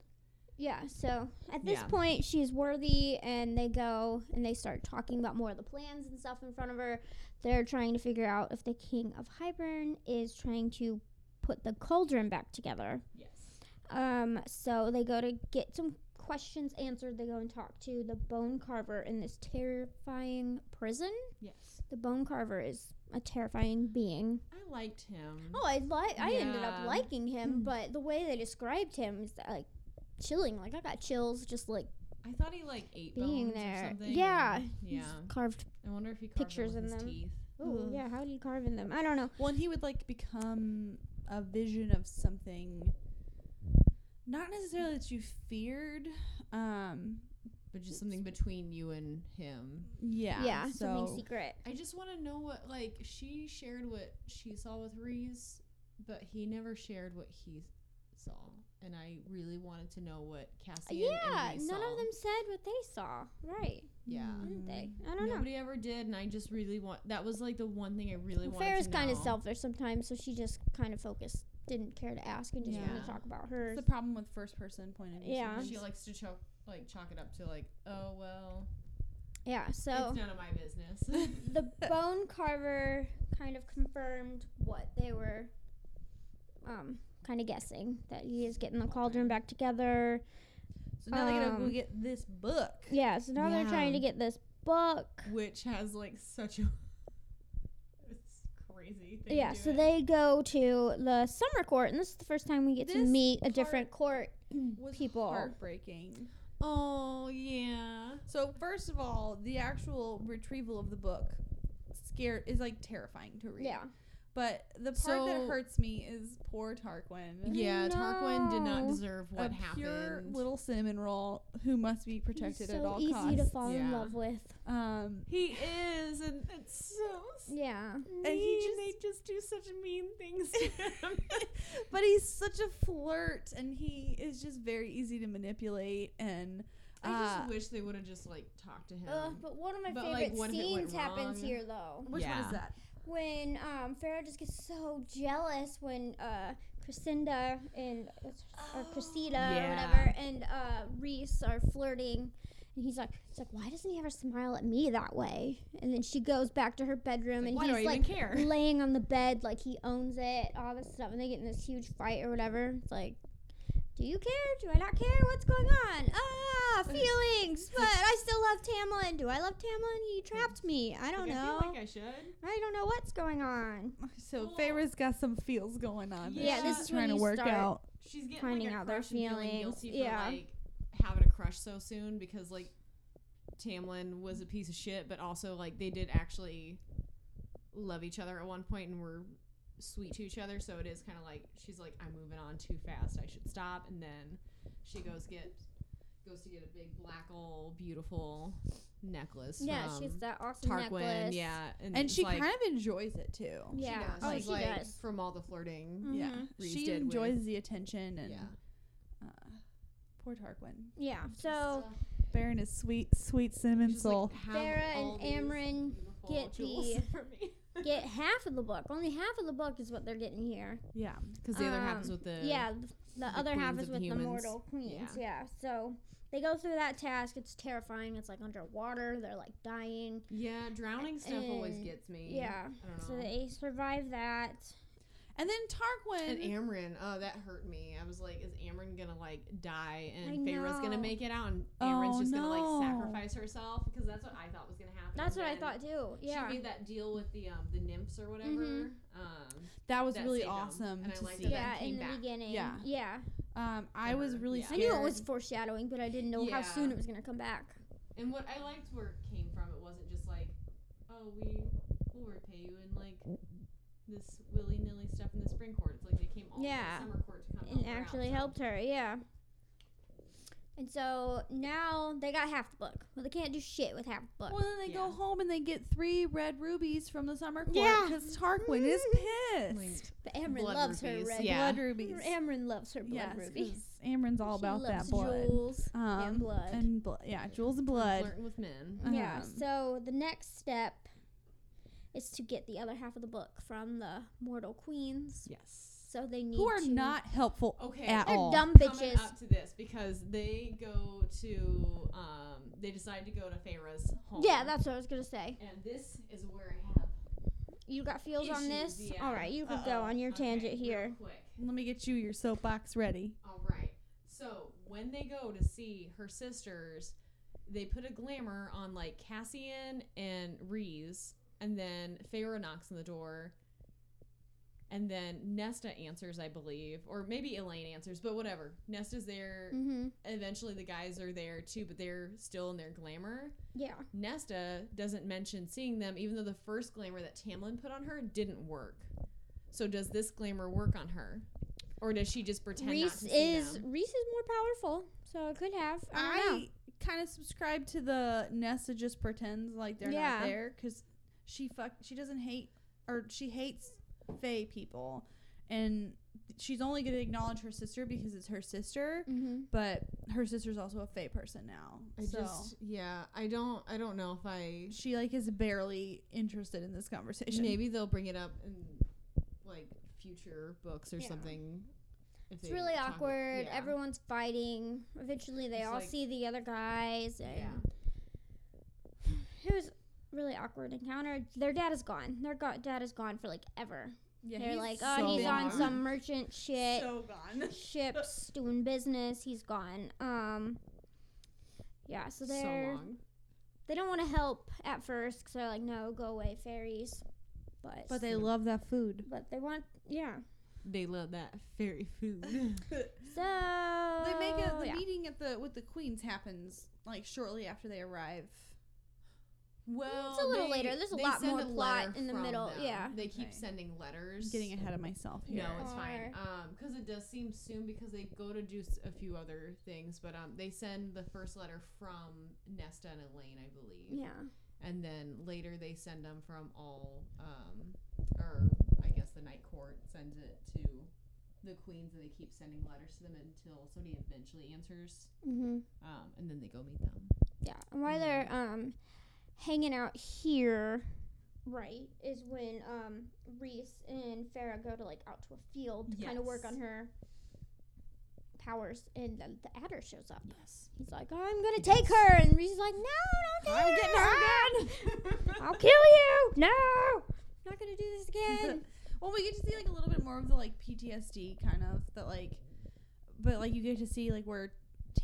S1: Yeah, so at this
S3: Yeah.
S1: point, she's worthy, and they go and they start talking about more of the plans and stuff in front of her. They're trying to figure out if the King of Hibern is trying to put the cauldron back together.
S3: yes,
S1: Um, so they go to get some questions answered. They go and talk to the bone carver in this terrifying prison.
S3: yes,
S1: The bone carver is a terrifying being.
S3: I liked him.
S1: Oh, I like. I ended up
S3: Yeah. Hmm.
S1: liking him,
S4: Mm.
S1: but the way they described him is like chilling. Like I got chills just like.
S3: I thought he like ate
S1: Being
S3: bones
S1: there.
S3: or something.
S1: Yeah.
S3: and- yeah.
S1: carved. Mm-hmm.
S3: I wonder if he carved
S1: pictures
S3: it
S1: in
S3: with his
S1: them.
S3: teeth.
S1: Ooh,
S4: Ugh.
S1: yeah. How do you carve in them? I don't know.
S4: Well, and he would like become a vision of something, not necessarily that you feared. Um,
S3: but just something between you and him.
S4: yeah,
S1: Yeah, something
S4: so-
S1: secret.
S3: I just want to know what like she shared what she saw with Reese, but he never shared what he saw, and I really wanted to know what Cassie.
S1: yeah,
S3: and Reese
S1: none
S3: saw.
S1: of them said what they saw. Right?
S3: Yeah.
S4: Mm-hmm.
S1: Didn't they? I don't know.
S3: Mm-hmm. Nobody ever did, and I just really want. That was like the one thing I really wanted.
S1: Farrah's
S3: to
S1: kind of
S3: know.
S1: selfish sometimes, so she just kind of focused, didn't care to ask, and just wanted
S3: Yeah.
S1: to talk about
S4: It's
S1: hers.
S4: the problem with first person point of view.
S1: Yeah.
S4: sometimes.
S3: She likes to chalk like chalk it up to like, oh well,
S1: Yeah. So
S3: it's none of my business.
S1: the bone carver kind of confirmed what they were, um, kind of guessing that he is getting the cauldron back together.
S4: So now they gotta go
S1: Um,
S4: get this book.
S1: Yeah. So now they're trying
S3: Yeah.
S1: to get this book.
S3: Which has like such a. It's crazy. Thing
S1: yeah,
S3: to
S1: so
S3: it.
S1: they go to the summer court, and this is the first time we get to
S4: This
S1: meet a
S4: part-
S1: different court.
S4: Was
S1: people.
S4: heartbreaking.
S3: Oh yeah.
S4: So first of all, the actual retrieval of the book scared is like terrifying to read.
S1: Yeah,
S4: But the part that
S3: So-
S4: hurts me is poor Tarquin.
S3: Yeah, Tarquin did not
S1: know.
S3: deserve what
S4: a
S3: happened.
S4: pure little cinnamon roll who must be protected
S1: so
S4: at all
S1: easy
S4: costs.
S1: to fall in
S3: Yeah.
S1: love with.
S4: Um,
S3: he is, and it's so
S1: Yeah,
S3: mean.
S4: And he
S3: they just do such mean things to him.
S4: but he's such a flirt, and he is just very easy to manipulate. And
S3: I just
S4: uh,
S3: wish they would have just like talked to him.
S1: Ugh, but one of my
S3: But, like,
S1: favorite
S3: what if it went
S1: scenes happens
S3: wrong?
S1: here, though,
S4: which one
S3: Yeah.
S4: is that?
S1: when um, Pharaoh just gets so jealous when uh, Crescinda and uh, or Cressida or whatever
S3: Yeah.
S1: and uh, Reese are flirting. And he's like, it's like, why doesn't he ever smile at me that way? And then she goes back to her bedroom,
S3: Like,
S1: and
S3: why do I
S1: he's like,
S3: even care?
S1: laying on the bed like he owns it, all this stuff, and they get in this huge fight or whatever. It's like, do you care? Do I not care? What's going on? Ah, feelings, but I still love Tamlin. Do I love Tamlin? He trapped me. I don't
S3: Like,
S1: know.
S3: I feel like I should.
S1: I don't know what's going on.
S4: So
S3: Well-
S4: Feyre's got some feels going on. that
S3: Yeah,
S4: she's
S3: this is
S1: when
S4: trying to
S1: you
S4: work
S1: start-
S4: out.
S3: She's getting
S1: Finding
S3: like, a
S1: out their
S3: crush and feeling
S1: feelings,
S3: guilty
S1: yeah.
S3: for like having a crush so soon because like Tamlin was a piece of shit, but also like they did actually love each other at one point and were sweet to each other. So it is kind of like she's like, I'm moving on too fast. I should stop. And then she goes get goes to get a big black old beautiful necklace.
S1: Yeah,
S3: from
S1: she's that awesome
S3: Tarquin.
S1: necklace.
S3: Yeah,
S4: and
S3: it's
S4: she
S3: like,
S4: kind of enjoys it too.
S1: Yeah.
S3: She does.
S1: Oh,
S3: like,
S1: she
S3: like,
S1: does.
S3: from all the flirting.
S1: Mhm.
S4: Yeah,
S3: Reeves
S4: she
S3: did with-
S4: enjoys the attention and
S3: Yeah.
S4: uh, poor Tarquin.
S1: Yeah. So
S4: Baron is sweet, sweet cinnamon
S3: Just, like,
S4: soul.
S3: have
S1: Farah and
S3: all these
S1: Amryn
S3: beautiful
S1: get the-
S3: jewels for me.
S1: get half of the book. Only half of the book is what they're getting here.
S4: yeah,
S3: Because the other half
S1: Um,
S3: is with the
S1: yeah, th- the,
S3: the
S1: other half
S3: queens
S1: is
S3: of
S1: with
S3: the
S1: the
S3: humans.
S1: mortal queens. Yeah. So they go through that task. It's terrifying. It's like underwater. They're like dying.
S3: yeah drowning stuff always
S1: and-
S3: gets me.
S1: Yeah.
S3: I don't
S1: So
S3: know.
S1: they survive that.
S4: and then
S3: and
S4: Tarquin.
S3: Amryn, oh that hurt me. I was like, is Amryn gonna like die
S1: I
S3: and Feyre's gonna
S1: know.
S3: make it out and Amryn's
S4: Oh,
S3: just
S4: no.
S3: gonna like sacrifice herself because that's what I thought was gonna happen.
S1: That's
S3: and
S1: what I
S3: then
S1: thought too. Yeah.
S3: She made that deal with the um the nymphs or whatever.
S1: Mhm.
S3: Um,
S4: that was
S3: that
S4: really
S3: saved 'em,
S4: awesome
S3: and I
S4: to
S3: liked
S4: see.
S3: that that
S1: yeah,
S3: came
S1: in the
S3: back.
S1: beginning.
S4: Yeah.
S1: Yeah.
S4: Um, I was
S3: Or-
S4: really
S3: yeah.
S1: I
S4: scared.
S1: knew it was foreshadowing, but I didn't know how soon
S3: Yeah.
S1: it was going to come back.
S3: and what I liked where it came from, it wasn't just like, oh we will repay you in like this willy nilly stuff in the spring court. It's like they came all to
S1: Yeah.
S3: the summer court to come
S1: and
S3: help her out,
S1: actually
S3: so-
S1: helped her. Yeah. And so now they got half the book. Well, they can't do shit with half the book.
S4: Well, then they
S3: Yeah.
S4: go home and they get three red rubies from the summer court
S1: Yeah. Mm-hmm.
S4: because Tarquin is pissed.
S1: but Amryn
S3: blood
S1: loves
S3: rubies,
S1: her red.
S3: yeah.
S4: Blood rubies.
S1: Amryn loves her blood
S4: yes,
S1: rubies.
S4: 'cause Amryn's all
S1: She
S4: about that
S1: loves
S4: blood.
S1: jewels
S4: Um,
S1: and blood.
S4: And blo- yeah, jewels and blood.
S3: flirting with men.
S1: yeah.
S4: Um,
S1: So the next step is to get the other half of the book from the mortal queens.
S3: Yes.
S1: So they need
S4: who are
S1: to-
S4: not helpful
S3: Okay.
S4: at
S1: They're
S4: all.
S1: dumb
S3: coming
S1: bitches.
S3: up to this because they go to um, they decide to go to Farah's home.
S1: Yeah, that's what I was gonna say.
S3: and this is where I have
S1: You got feels on
S3: issues,
S1: this?
S3: yeah.
S1: All right, you could
S3: Uh-oh.
S1: go on your
S3: Okay,
S1: tangent
S3: real
S1: here.
S3: quick.
S4: Let me get you your soapbox ready.
S3: All right. So when they go to see her sisters, they put a glamour on like Cassian and Reeves, and then Feyre knocks on the door, and then Nesta answers, I believe, or maybe Elaine answers, but whatever. Nesta's there.
S1: Mm-hmm.
S3: Eventually, the guys are there too, but they're still in their glamour.
S1: Yeah.
S3: Nesta doesn't mention seeing them, even though the first glamour that Tamlin put on her didn't work. So does this glamour work on her, or does she just pretend not
S1: Reese
S3: to see
S1: is
S3: them?
S1: Reese is more powerful, so it could have. I don't know.
S4: I kind of subscribe to the Nesta just pretends like they're
S1: Yeah.
S4: not there because she fuck she doesn't hate or she hates Fey people, and she's only gonna acknowledge her sister because it's her sister.
S1: Mm-hmm.
S4: But her sister's also a Fey person now,
S3: I
S4: so
S3: just yeah, I don't I don't know if I
S4: she like is barely interested in this conversation.
S3: maybe they'll bring it up in like future books or
S1: Yeah.
S3: something. if
S1: It's
S3: they
S1: really
S3: talk about-
S1: awkward.
S3: yeah.
S1: Everyone's fighting. Eventually, they
S3: It's
S1: all
S3: like-
S1: see the other guys. And
S3: Yeah.
S1: It was really awkward encounter. Their dad is gone. Their go- dad is gone for like ever.
S4: Yeah,
S1: They're
S4: he's
S1: like, oh,
S4: so
S1: he's on
S4: gone.
S1: some merchant shit
S4: So gone.
S1: ships doing business. He's gone. Um. Yeah, so
S3: So
S1: they're
S3: long.
S1: they don't want to help at first because they're like, no, go away, fairies. But
S4: But they love that food.
S1: but they want yeah.
S3: They love that fairy food.
S1: So
S4: They make it. The
S1: Oh, yeah.
S4: meeting at the with the queens happens like shortly after they arrive.
S3: well,
S1: It's a little
S3: they-
S1: later. There's a
S3: they
S1: lot
S3: send
S1: more
S3: a
S1: plot
S3: letter
S1: in the
S3: from
S1: middle,
S3: them.
S1: yeah.
S3: they keep
S4: Okay.
S3: sending letters.
S4: Getting ahead of myself here.
S3: no, it's fine.
S1: Or-
S3: Um, because it does seem soon because they go to do s- a few other things, but um, they send the first letter from Nesta and Elaine, I believe.
S1: yeah.
S3: and then later they send them from all um or i guess the night court sends it to the queens and they keep sending letters to them until somebody eventually answers
S1: Mm-hmm.
S3: um and then they go meet them
S1: Yeah, and while they're um hanging out here, right, is when um Reese and Farah go to like out to a field to kind of work
S3: Yes.
S1: on her powers, and then the adder shows up.
S3: yes
S1: He's like, "I'm gonna take her," and Reese is like, "No, don't do
S4: I'm
S1: it.
S4: getting her
S1: I'll kill you. No, I'm not gonna do this again."
S4: well, we get to see like a little bit more of the like PTSD kind of that like, but like you get to see like where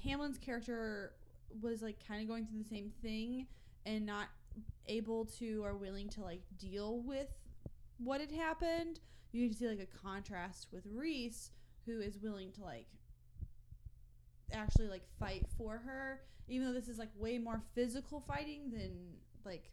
S4: Tamlin's character was like kind of going through the same thing and not able to or willing to like deal with what had happened. You get to see like a contrast with Reese, who is willing to like actually like fight for her, even though this is like way more physical fighting than like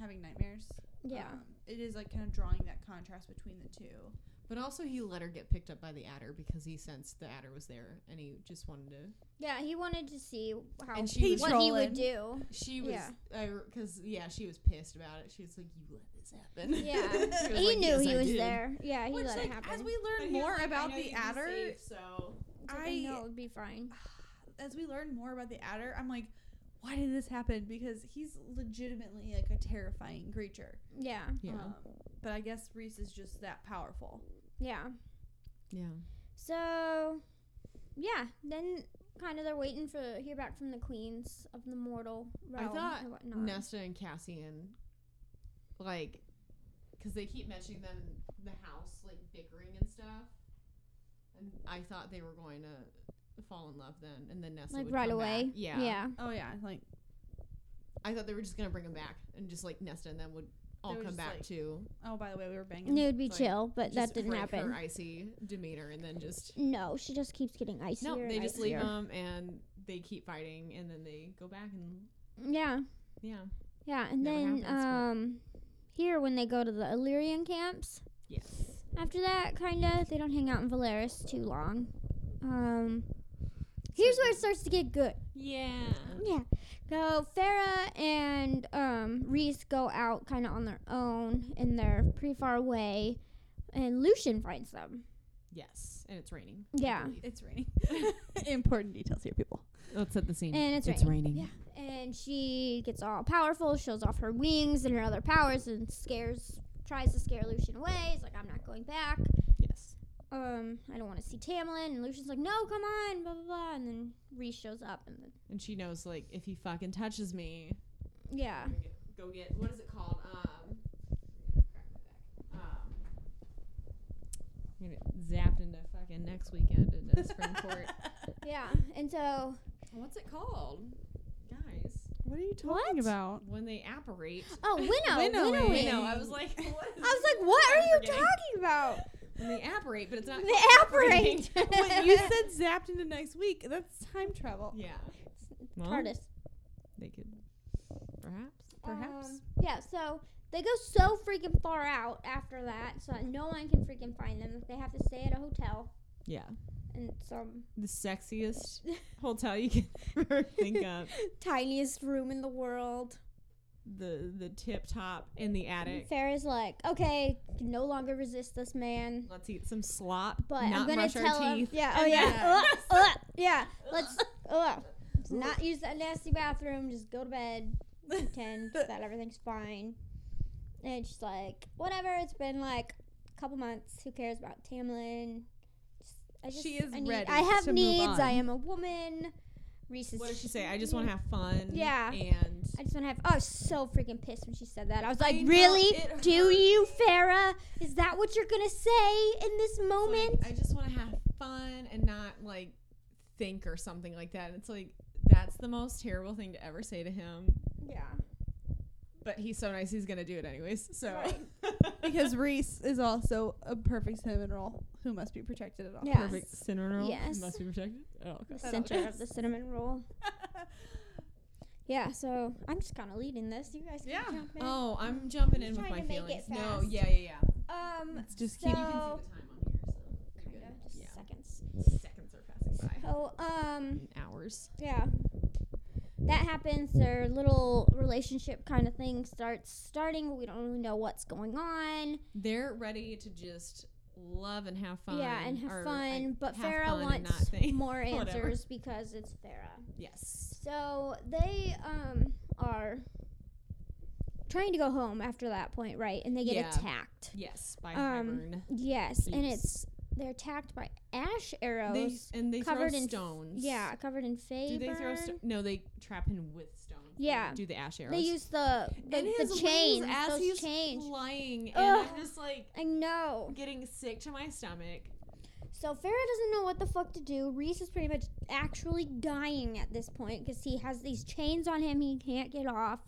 S4: having nightmares.
S1: Yeah.
S4: Um, it is like kind of drawing that contrast between the two.
S3: But also, he let her get picked up by the adder because he sensed the adder was there, and he just wanted to
S1: Yeah, he wanted to see how
S3: And she was
S1: what he would
S4: trolling.
S1: do.
S3: She was,
S1: Yeah.
S3: because yeah. she was pissed about it. She was like, "You let this happen."
S1: Yeah.
S3: She was
S1: he
S3: like,
S1: knew
S3: "Yes,
S1: he
S3: I
S1: was
S3: did."
S1: there. Yeah, he
S4: Which,
S1: let
S4: like,
S1: it happen.
S4: as we
S3: But
S4: learn
S3: he was
S4: more
S3: like, "I
S4: about
S3: know
S4: the
S3: you'd be
S4: adder,
S3: safe, so
S1: It's like,
S4: I-
S1: know it would be fine.
S4: as we learn more about the adder, I'm like, why did this happen? Because he's legitimately like a terrifying creature.
S1: Yeah,
S3: yeah,
S4: Um, but I guess Reese is just that powerful.
S1: yeah.
S3: yeah.
S1: So, yeah. Then kind of they're waiting for hear back from the queens of the mortal realm.
S3: I thought
S1: or whatnot.
S3: Nesta and Cassian, like, because they keep mentioning them in the house, like bickering and stuff. And I thought they were going to fall in love then, and then Nesta
S1: like
S3: would
S1: right
S3: come back.
S1: away.
S3: Yeah,
S1: Yeah.
S4: Oh yeah, like
S3: I thought they were just gonna bring them back, and just like Nesta and them would all
S4: were
S3: come
S4: just,
S3: back
S4: like,
S3: to
S4: oh by the way, we were banging.
S1: And it would be
S3: like,
S1: chill, but that
S3: just
S1: didn't
S3: break
S1: happen.
S3: Her icy demeanor, and then just
S1: No, she just keeps getting icier.
S3: No,
S1: and
S3: they just leave
S1: icier.
S3: them and they keep fighting and then they go back and
S1: Yeah,
S3: yeah.
S1: yeah, and
S3: Never
S1: then um,
S3: happens,
S1: here when they go to the Illyrian camps.
S3: Yes.
S1: After that, kinda they don't hang out in Valeris too long. Um, here's where it starts to get good.
S3: Yeah.
S1: Yeah. So Farah and um, Reese go out kind of on their own, and they're pretty far away. And Lucian finds them.
S3: Yes. And it's raining.
S1: I Yeah.
S4: It's raining. Important details here, people.
S3: Let's set the scene.
S1: And it's
S3: it's
S1: raining.
S3: raining.
S1: Yeah. And she gets all powerful, shows off her wings and her other powers, and scares, tries to scare Lucian away. He's like, I'm not going back.
S3: Yes.
S1: Um, I don't want to see Tamlin. And Lucian's like, No, come on, blah, blah, blah. And then Reese shows up. And then,
S3: And she knows like if he fucking touches me,
S1: yeah.
S3: I'm gonna get- go get what is it called? Um, um I'm gonna get zapped into fucking next weekend into Spring Court.
S1: Yeah. And so,
S3: What's it called? Guys.
S4: What are you talking
S1: What?
S4: about?
S3: When they apparate.
S1: oh, Winnow.
S4: Winnowing.
S1: winnowing.
S3: Winnow. I was like, what
S1: I
S3: is
S1: was like, What are
S3: I'm
S1: you
S3: forgetting.
S1: talking about?
S3: when they apparate, but it's not
S1: They apparate.
S4: when you said zapped into next week, that's time travel.
S3: Yeah. Well,
S1: TARDIS.
S3: They could perhaps.
S4: Perhaps.
S1: Um, yeah, so they go so freaking far out after that, so that no one can freaking find them. They have to stay at a hotel
S3: Yeah.
S1: in some
S3: The sexiest hotel you can ever think of.
S1: tiniest room in the world.
S3: The the tip top in the attic.
S1: Farrah's like, okay, can no longer resist this man.
S3: Let's eat some slop.
S1: But
S3: not
S1: I'm gonna
S3: brush
S1: tell
S3: our
S1: him.
S3: teeth.
S1: Yeah. Oh
S3: And
S1: yeah.
S4: then-
S1: Ugh, ugh, yeah. Let's. Ugh. Let's not use that nasty bathroom. Just go to bed. Pretend that everything's fine. And she's like, whatever. It's been like a couple months. Who cares about Tamlin? Just, I just,
S4: She is
S1: I need,
S4: ready
S1: I have
S4: to move
S1: needs. I
S4: on.
S1: am a woman. Reese is.
S3: What does she say? I just want to have fun.
S1: Yeah.
S3: And
S1: I just want to have. Oh, I was so freaking pissed when she said that. I was like,
S3: know,
S1: really?
S3: it
S1: Do
S3: hurt.
S1: you, Farah? Is that what you're gonna say in this moment?
S3: Like, I just want to have fun and not like think or something like that. It's like that's the most terrible thing to ever say to him.
S1: yeah.
S3: But he's so nice, he's gonna do it anyways. So
S1: Right.
S4: because Reese is also a perfect cinnamon roll who must be protected at all.
S1: Yeah.
S3: perfect cinnamon roll
S1: Yes.
S3: must be protected. Oh, okay.
S1: the
S4: That
S1: center
S4: always-
S1: of the cinnamon roll. yeah, so I'm just kind of leading this. You guys can
S4: Yeah.
S1: jump in.
S3: Oh, I'm jumping
S1: He's
S3: in with
S1: trying
S3: my
S1: to make it
S3: feelings. No,
S1: fast.
S3: yeah, yeah, yeah.
S1: um,
S4: Let's just
S1: so
S4: keep.
S3: You can see the time on here, so
S1: kind
S3: you're good.
S1: of just
S3: Yeah.
S1: seconds.
S3: Seconds are passing by.
S1: So um,
S3: In hours.
S1: yeah, that happens. Their little relationship kind of thing starts starting. We don't really know what's going on.
S3: They're ready to just love and have fun.
S1: yeah, and have
S3: or,
S1: fun.
S3: like,
S1: But
S3: have
S1: Farah
S3: fun and not
S1: wants
S3: think.
S1: more
S3: Whatever.
S1: answers because it's Farah.
S3: Yes.
S1: So they um are trying to go home after that point, right? And they get
S3: Yeah.
S1: attacked.
S3: Yes. By
S1: Um,
S3: Hibern.
S1: Yes, and
S3: Jeez.
S1: it's they're attacked by ash
S3: They,
S1: arrows.
S3: and they throw
S1: covered in f-
S3: stones.
S1: yeah, covered in favor.
S3: Do they throw? Sto- no, they trap him with stones. They
S1: Yeah.
S3: Do the ash arrows?
S1: They use the the,
S3: and his
S1: the chains.
S3: wings as
S1: those
S3: he's
S1: chains.
S3: flying, and
S1: Ugh.
S3: I'm just like
S1: I know.
S3: getting sick to my stomach.
S1: So Farah doesn't know what the fuck to do. Reese is pretty much actually dying at this point because he has these chains on him. He can't get off,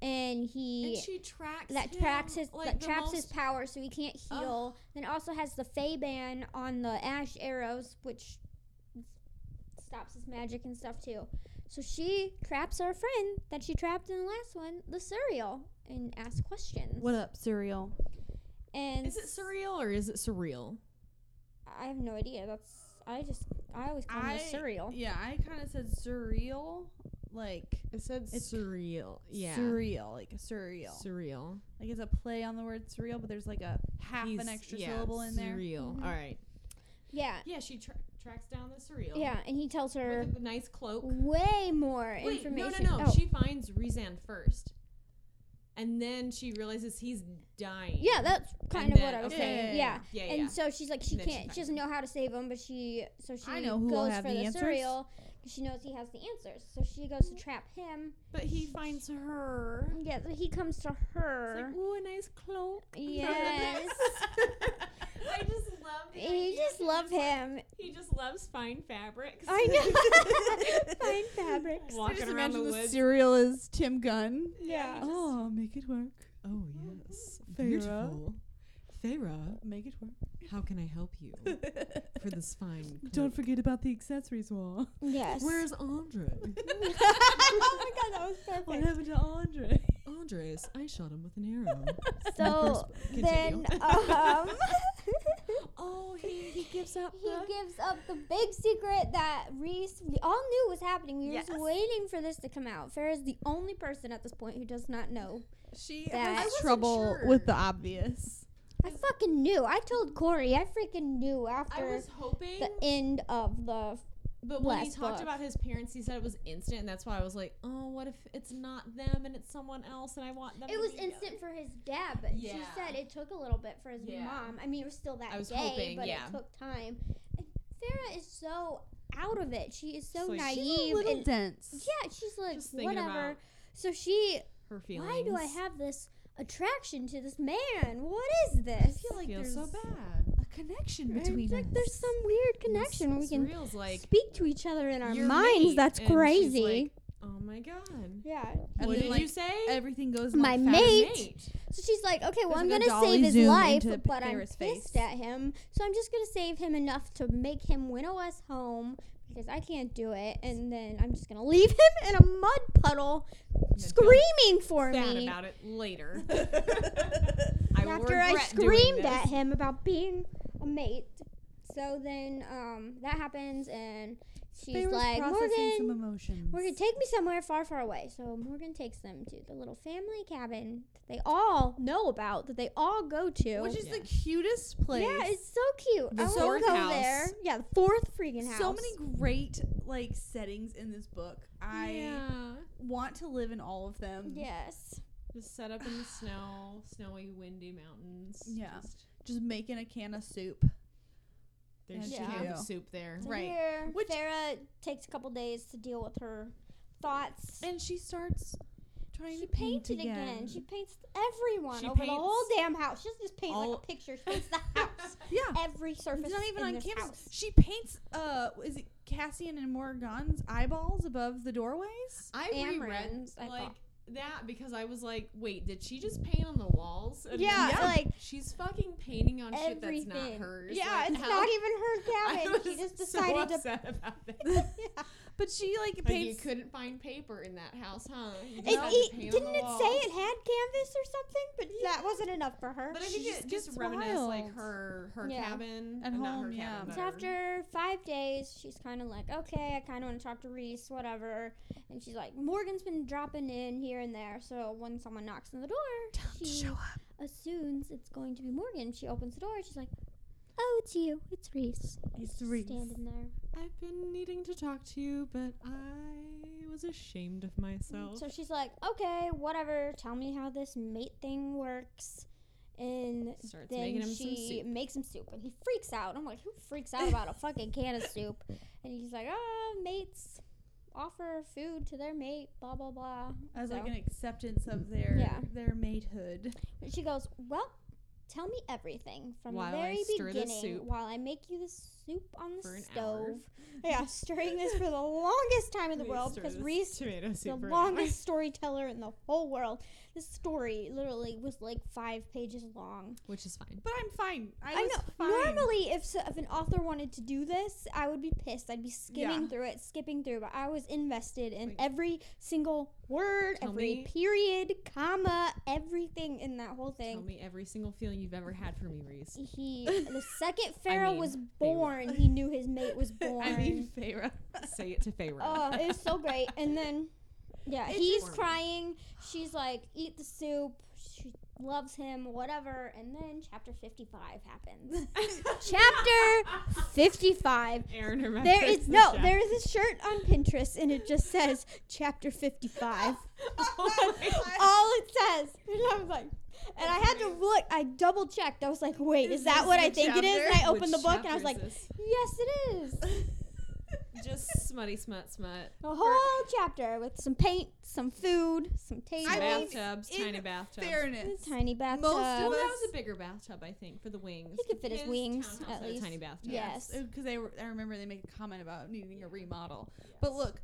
S1: and he
S3: And she tracks
S1: that
S3: him,
S1: tracks his
S3: like,
S1: that
S3: the
S1: traps his
S3: most- uh,
S1: power, so he can't heal. Then also has the Fey ban on the Ash arrows, which stops his magic and stuff too. So she traps our friend that she trapped in the last one, the cereal, and asks questions.
S4: What up, cereal?
S1: And
S3: Is it surreal or is it surreal?
S1: I have no idea. That's I just I always call it
S4: I-
S1: cereal.
S3: e-
S4: Yeah, I kind of said surreal, like
S3: It said
S4: It's
S3: surreal. Yeah.
S4: surreal, like surreal.
S3: Surreal.
S4: like it's a play on the word surreal, but there's like a half
S3: He's-
S4: an extra
S3: yeah,
S4: syllable in there. Mm-hmm.
S3: Surreal.
S1: Mhm.
S3: All right.
S1: Yeah,
S3: Yeah, she tra- tracks down the surreal.
S1: yeah. And he tells her
S3: With a nice cloak.
S1: way more
S3: Wait,
S1: information.
S3: no, no, no.
S1: Oh.
S3: She finds Rezan first. And then she realizes he's dying.
S1: yeah, that's kind
S3: And
S1: of
S3: then-
S1: what I was
S3: okay,
S1: saying.
S4: yeah,
S1: Yeah.
S3: Yeah, yeah.
S1: And so she's like, she
S3: And then she
S1: can't,
S3: finds
S1: she doesn't know how to save him, but she, so she
S4: I know who will
S1: goes
S4: have
S1: for
S4: the
S1: the,
S4: answers.
S1: cereal because she knows he has the answers. So she goes to trap him.
S3: but he finds her.
S1: Yeah, so he comes to
S3: It's
S1: her.
S3: like, ooh, a nice cloak.
S1: Yes.
S3: I just love the idea.
S1: you just
S3: He
S1: love
S3: like-
S1: him.
S3: He just loves fine fabrics.
S1: I know. Fine fabrics.
S4: I
S3: Walking
S4: just
S3: around the
S4: imagine the,
S3: woods.
S4: cereal is Tim Gunn.
S1: Yeah.
S3: he just-
S4: Oh, make it work.
S3: Oh yes,
S4: Feyre.
S3: beautiful. Feyre,
S4: Make it work.
S3: how can I help you for this fine?
S4: Don't
S3: cloak?
S4: forget about the accessories wall.
S1: Yes.
S3: Where's Andre?
S1: oh my god, that was perfect.
S4: What happened to Andre?
S3: Andres, I shot him with an arrow.
S1: So
S3: Continue.
S1: then, um,
S3: oh, he, he gives up.
S1: he
S3: the-
S1: gives up the big secret that Reese we all knew was happening. We were
S3: Yes.
S1: just waiting for this to come out. Farrah is the only person at this point who does not know.
S4: She
S1: That- I
S4: has
S3: wasn't
S4: trouble
S3: sure.
S4: with the obvious.
S1: I fucking knew. I told Corey. I freaking knew
S3: I
S1: after
S3: was hoping,
S1: the end of the.
S3: but when he
S1: last
S3: talked
S1: book.
S3: about his parents, he said it was instant, and that's why I was like, oh, what if it's not them and it's someone else, and I want them.
S1: It
S3: to
S1: was
S3: be
S1: instant for his dad, but she
S3: Yeah.
S1: said it took a little bit for his
S3: Yeah.
S1: mom. I mean, it was still that
S3: I was
S1: day,
S3: hoping,
S1: but
S3: yeah.
S1: it took time. And Farrah is so out of it. She is so
S3: She's like-
S1: naive.
S4: She's a little
S1: and,
S4: dense.
S1: yeah, she's like
S3: Just thinking
S1: whatever.
S3: about
S1: So she
S3: Her feelings.
S1: Why do I have this attraction to this man? What is this?
S4: feel like
S3: Feel
S4: there's
S3: so bad.
S4: a connection
S1: It's
S4: between
S1: like
S4: us.
S1: there's some weird connection. We can
S3: Surreal's like
S1: speak to each other in our
S3: "You're
S1: minds.
S3: mate,"
S1: That's
S3: and she's
S1: crazy.
S3: like, oh my god.
S1: yeah.
S4: And
S3: what
S4: then,
S3: did
S4: like,
S3: you say?
S4: Everything goes.
S1: My
S4: like fast.
S1: mate-
S3: Mate.
S1: So she's like, okay, well,
S4: There's
S1: I'm
S4: like
S1: gonna
S4: a dolly
S1: save his
S4: zoom
S1: life,
S4: into
S1: but I'm
S4: Farrah's
S1: pissed
S4: face.
S1: at him. So I'm just gonna save him enough to make him winnow us home because I can't do it. And then I'm just gonna leave him in a mud puddle,
S3: And then feel
S1: screaming for
S3: bad
S1: me.
S3: about it later. I will
S1: after I
S3: regret doing
S1: screamed at
S3: this.
S1: him about being a mate. So then um, that happens, and she's
S4: They were
S1: like,
S4: processing some
S1: Morgan,
S4: emotions.
S1: Morgan, take me somewhere far, far away. So Morgan takes them to the little family cabin that they all know about, that they all go to.
S4: which is
S3: Yeah.
S4: the cutest place.
S1: yeah, it's so cute.
S4: The
S1: I want
S4: fourth
S1: to go
S3: house.
S1: there. Yeah, the fourth freaking house.
S4: so many great like settings in this book. I
S3: Yeah.
S4: want to live in all of them.
S1: Yes.
S3: Just set up in the snow, snowy, windy mountains.
S4: Yeah.
S3: Just,
S4: Just making a can of soup.
S3: they
S4: And
S3: should
S1: Yeah.
S3: have
S4: two.
S3: the soup there.
S1: So
S4: Right.
S1: Here,
S4: Which-
S1: Farah takes a couple days to deal with her thoughts.
S4: And she starts trying
S1: She
S4: to paint
S1: painted again. She paints everyone
S3: She
S1: over the
S3: paints
S1: whole damn house. She doesn't just paint
S3: all-
S1: like a picture. She paints the house.
S4: yeah.
S1: Every surface.
S4: It's not even
S1: in
S4: on
S1: this
S4: campus.
S1: House.
S4: She paints uh is it Cassian and Morgan's eyeballs above the doorways?
S3: I reread
S1: Amaranth, I
S3: like
S1: thought.
S3: that because I was like, wait, did she just paint on the walls? And
S1: Yeah,
S3: then-
S1: like
S3: she's fucking painting on shit that's
S1: everything.
S3: not hers.
S1: yeah,
S3: Like,
S1: it's
S3: how-
S1: not even her
S3: I
S1: cabin. She
S3: was
S1: just
S3: so
S1: decided to.
S3: upset about that.
S4: But she like
S3: Like you
S4: paints
S3: couldn't find paper in that house, huh? You just
S1: It,
S3: had to
S1: it-
S3: paint on
S1: didn't
S3: the
S1: it say
S3: walls.
S1: it had canvas or something? But that wasn't enough for her.
S3: But I
S4: She
S3: think
S4: just
S3: it just
S4: gets
S3: reminisced like
S4: wild.
S3: her her
S1: Yeah.
S3: cabin
S4: At
S3: not
S4: home,
S3: her
S4: yeah.
S3: Cabin,
S1: So
S3: but her-
S1: after five days, she's kind of like, okay, I kind of want to talk to Reese, whatever. And she's like, Morgan's been dropping in here and there. So when someone knocks on the door, she
S4: show up.
S1: assumes it's going to be Morgan. She opens the door. She's like, oh, it's you. It's Reese.
S4: It's
S1: Just
S4: Reese.
S1: Standing there.
S3: I've been needing to talk to you, but I was ashamed of myself.
S1: So she's like, okay, whatever. Tell me how this mate thing works. And
S3: Starts
S1: then
S3: making him some
S1: she
S3: soup.
S1: makes him soup. And he freaks out. I'm like, who freaks out about a fucking can of soup? And he's like, oh, mates offer food to their mate, blah, blah, blah.
S4: as like
S1: So-
S4: an acceptance of their
S1: Yeah.
S4: their matehood.
S1: And she goes, well, Tell me everything from
S3: While
S1: the
S3: I
S1: very
S3: stir the
S1: beginning
S3: soup
S1: while I make you the soup on the
S3: for an hour.
S1: stove. Yeah, stirring this for the longest time in the
S3: We
S1: world
S3: stir
S1: because
S3: this
S1: Reese
S3: tomato
S1: the
S3: soup for an hour.
S1: longest storyteller in the whole world. This story literally was like five pages long.
S3: which is fine.
S4: But I'm fine. I,
S1: I
S4: was
S1: know.
S4: fine.
S1: Normally, if so, if an author wanted to do this, I would be pissed. I'd be skimming
S4: Yeah.
S1: through it, skipping through. But I was invested in
S3: Like-
S1: every single word,
S3: Tell
S1: every
S3: me-
S1: period, comma, everything in that whole
S3: Tell
S1: thing.
S3: me every single feeling you've ever had for me, Reese.
S1: He, the second Pharaoh
S3: mean,
S1: was
S3: they
S1: born, he knew his mate was born.
S4: I mean, Feyre.
S3: Say it to Feyre.
S1: Oh, it was so great. And then, yeah,
S4: It's
S1: he's
S3: just-
S1: crying. She's like, eat the soup. She loves him, whatever. And then chapter 55 happens. chapter 55.
S3: Aaron remembers.
S1: There is
S3: the
S1: no,
S3: chapter.
S1: there is a shirt on Pinterest and it just says chapter 55.
S3: Oh my-
S1: All it says. And I was like, and I had to look. I double checked. I was like, wait, is that what I think it is? And I
S3: Which
S1: opened the book and I was like,
S3: chapter is
S1: yes, it is.
S3: this? just smutty, smut, smut.
S1: A whole chapter with some paint, some food, some tables.
S4: I mean,
S3: bathtubs,
S4: in
S3: tiny bathtubs.
S1: A
S4: Fairness.
S1: tiny bathtub.
S4: Most of
S3: Well, that
S4: us-
S3: was a bigger bathtub, I think, for the wings.
S1: He could fit his wings,
S3: townhouse
S1: at
S3: had a
S1: least.
S3: tiny bathtub.
S1: Yeah. Yes.
S4: Because Oh, they were, I remember they make a comment about needing a remodel. But look,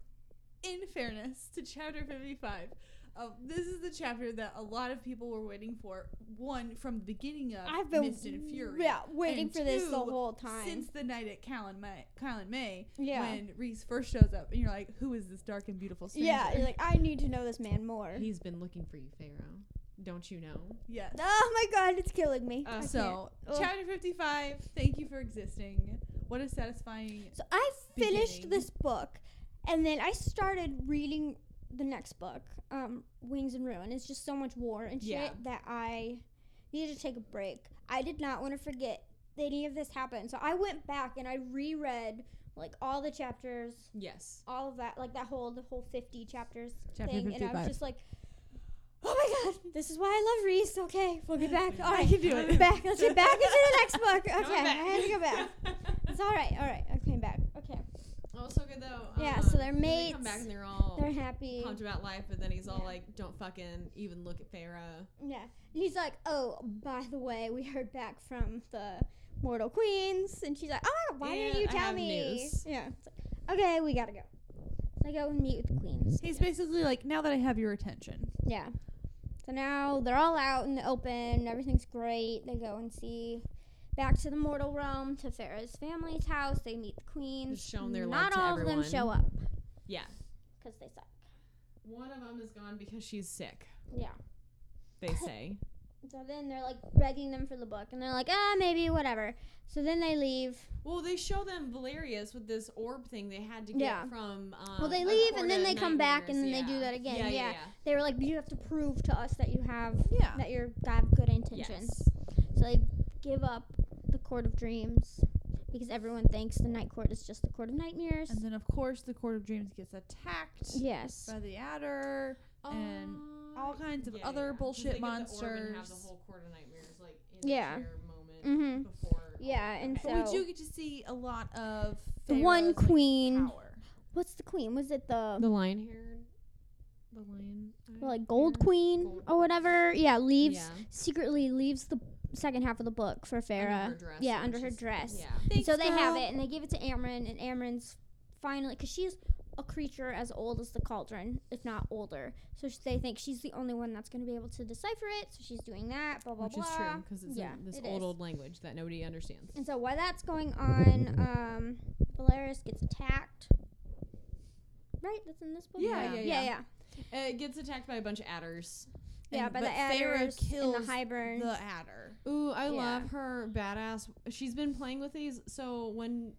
S4: in fairness to chapter 55, uh, this is the chapter that a lot of people were waiting for. One, from the beginning of
S1: I've been
S4: Mist and Fury.
S1: Yeah, waiting
S4: and
S1: for this the
S4: two,
S1: whole time.
S4: Since the night at Kylan May, Kylan May
S1: yeah.
S4: when Reese first shows up, and you're like, "Who is this dark and beautiful stranger?"
S1: yeah, you're like, I need to know this man more.
S3: He's been looking for you, Pharaoh. Don't you know?
S4: yeah.
S1: Oh my god, it's killing me.
S3: Uh,
S1: I
S4: So,
S1: can't. Ugh.
S4: chapter 55, thank you for existing. What a satisfying.
S1: So I finished
S4: Beginning.
S1: this book, and then I started reading the next book, um, Wings and Ruin. It's just so much war and shit
S3: Yeah.
S1: that I needed to take a break. I did not want to forget that any of this happened, so I went back and I reread like all the chapters,
S3: Yes.
S1: all of that, like that whole the whole fifty chapters
S4: Chapter
S1: thing, and I was
S4: 55.
S1: just like. Oh my god, this is why I love Reese. Okay, we'll get back. All right,
S4: can do it.
S1: Back, let's get back into the next book. Okay,
S3: Come
S1: I had to go back.
S3: back.
S1: It's all right, all right. I came back. Okay.
S3: oh, so good though.
S1: Yeah, so they're
S3: then they Come
S1: mates.
S3: back and they're all
S1: They're happy.
S3: pumped about life, but then he's all
S1: Yeah.
S3: like, "Don't fucking even look at Pharaoh."
S1: Yeah. And he's like, oh, by the way, we heard back from the Mortal Queens. And she's like, oh, my God, why
S3: And
S1: didn't you
S3: I
S1: tell
S3: have
S1: me?
S3: news.
S1: Yeah. It's like, okay, we gotta go. So I go and meet with the queens.
S4: He's basically like, now that I have your attention.
S1: Yeah. So now they're all out in the open. Everything's great. They go and see back to the mortal realm to Pharaoh's family's house. They meet the queens.
S3: Just showing their love
S1: Not
S3: to
S1: all of them
S3: everyone.
S1: show up
S3: Yeah.
S1: because they suck.
S3: One of them is gone because she's sick.
S1: Yeah.
S3: They say.
S1: So then they're like begging them for the book, and they're like, ah, maybe whatever. So then they leave.
S3: Well, they show them Valerius with this orb thing they had to get
S1: Yeah.
S3: from. Um,
S1: Well, they
S3: a
S1: leave and
S3: court
S1: then
S3: of
S1: they come back and
S3: nightmares.
S1: then they do that again.
S3: Yeah,
S1: Yeah.
S3: yeah.
S1: They were like, you have to prove to us that you have
S4: Yeah.
S1: that you have good
S3: yeah.
S1: intentions.
S3: Yes.
S1: So they give up the court of dreams because everyone thinks the night court is just the court of nightmares.
S4: And then, of course, the Court of Dreams gets attacked
S1: yes.
S4: by the adder. And
S3: Uh,
S4: all kinds of other
S3: 'Cause
S4: bullshit
S3: they get the orb and have the
S4: monsters.
S3: whole Court of Nightmares, like, in
S1: Yeah.
S3: their moment
S1: Mhm.
S3: before-
S1: Yeah, and
S3: Okay.
S1: so-
S4: But we do get to see a lot of
S1: The one
S4: Feyre's, like,
S1: queen.
S4: power.
S1: What's the queen? Was it the,
S3: the lion haired, the lion,
S1: like gold queen or whatever? Yeah, leaves
S3: Yeah.
S1: secretly leaves the second half of the book for Farah.
S3: dress,
S1: yeah,
S3: which
S1: under her
S3: is-
S1: dress.
S3: Yeah.
S1: And so
S4: Thanks,
S1: they have
S4: girl.
S1: it, and they give it to Amryn, and Amryn's finally because she's a creature as old as the cauldron, if not older. So sh- they think she's the only one that's going to be able to decipher it. So she's doing that. Blah blah
S3: Which
S1: blah.
S3: is true because it's
S1: Yeah,
S3: in this
S1: it
S3: old
S1: is.
S3: old language that nobody understands.
S1: And so while that's going on, um, Valerius gets attacked. Right, that's in this book.
S4: Yeah,
S3: Yeah.
S1: yeah,
S4: yeah,
S1: yeah.
S4: yeah.
S1: yeah.
S3: Uh, It gets attacked by a bunch of adders.
S1: Yeah,
S4: And-
S1: by
S4: but
S1: the
S4: Feyre
S1: adders and
S4: kills
S1: the Hibern.
S4: The adder.
S3: Ooh, I
S1: Yeah.
S3: love her badass. She's been playing with these. So when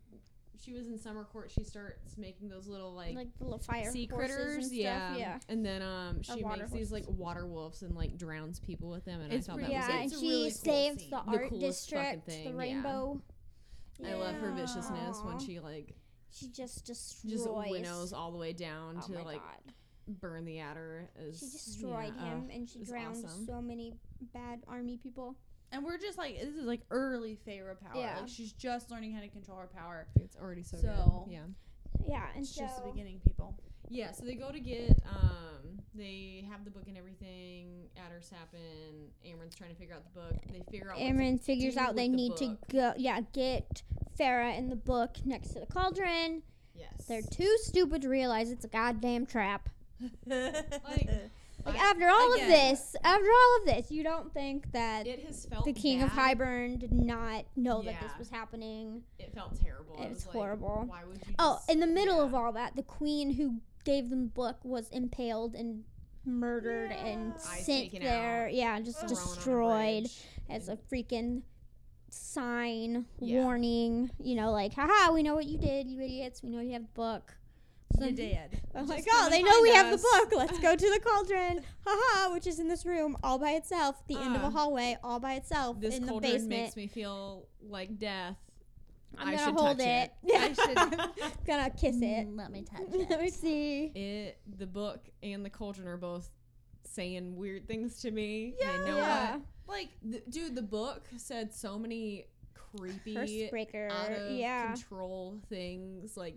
S3: she was in summer court, she starts making those little like,
S1: like the little fire
S3: sea
S1: horses
S3: critters.
S1: and stuff.
S3: yeah.
S1: yeah.
S3: And then um, she makes
S1: water horse.
S3: these like water wolves and like drowns people with them. And
S4: It's
S3: I thought
S4: pretty-
S3: Oh, that was
S1: yeah,
S3: like,
S1: and
S4: it's a
S1: she
S4: really cool
S1: saves
S4: scene.
S1: the
S3: The
S1: art
S3: coolest fucking
S1: district,
S3: thing,
S1: the
S3: yeah.
S1: rainbow.
S3: I love her
S4: Yeah.
S3: viciousness when
S1: Aw.
S3: she like
S1: She just destroys.
S3: just winnows all the way down
S1: oh
S3: to
S1: my
S3: like
S1: god!
S3: burn the adder. Is,
S1: She destroyed
S3: yeah,
S1: him,
S3: ugh.
S1: and she
S3: it's
S1: drowned
S3: awesome.
S1: so many bad army people.
S4: And we're just like, this is like early Feyre power.
S1: Yeah.
S4: Like, she's just learning how to control her power.
S3: It's already so,
S4: So-
S3: good. Yeah.
S1: Yeah, and
S4: It's
S1: so
S4: just the beginning, people.
S3: Yeah, so they go to get um they have the book and everything. Adder's happen. Amarin's trying to figure out the book. They figure out what to
S1: Amron figures
S3: do
S1: out
S3: with
S1: they
S3: the
S1: need to
S3: book.
S1: go. Yeah, get Farah in the book next to the cauldron.
S3: Yes.
S1: They're too stupid to realize it's a goddamn trap.
S3: like
S1: Like
S3: I-
S1: after all of
S3: again-
S1: this, after all of this, you don't think that
S3: it has felt
S1: the king of
S3: bad.
S1: Hybern did not know that this
S3: Yeah.
S1: was happening.
S3: It felt terrible. I
S1: It was
S3: like,
S1: horrible.
S3: Why would you?
S1: Oh,
S3: just-
S1: in the middle
S3: yeah.
S1: of all that, the queen who gave them the book was impaled and murdered and
S3: Eyes
S1: sent
S3: taken
S1: there.
S3: out.
S1: Yeah, just
S3: thrown on a
S1: destroyed
S3: bridge.
S1: as a freaking sign
S3: Yeah.
S1: warning. You know, like, haha, we know what you did, you idiots. We know you have the book. So
S4: You're dead.
S1: I'm
S3: Just
S1: like,
S3: come
S1: oh,
S3: and
S1: they know we have
S3: find
S1: the
S3: us."
S1: book. Let's go to the cauldron. Haha, which is in this room all by itself, the end of a
S3: Uh,
S1: hallway, all by itself,
S3: This
S1: in the
S3: cauldron
S1: basement.
S3: makes me feel like death.
S1: I'm
S3: I
S1: gonna
S3: should Mm,
S1: hold
S3: touch
S1: it.
S4: I should.
S1: gonna kiss it.
S4: Let me touch
S1: Let me see.
S3: it the book and the cauldron are both saying weird things to me.
S1: Yeah.
S3: You know
S1: Yeah.
S3: what? Like, th- dude, the book said so many creepy,
S1: Horsebreaker.
S3: out of
S1: Yeah.
S3: control things, like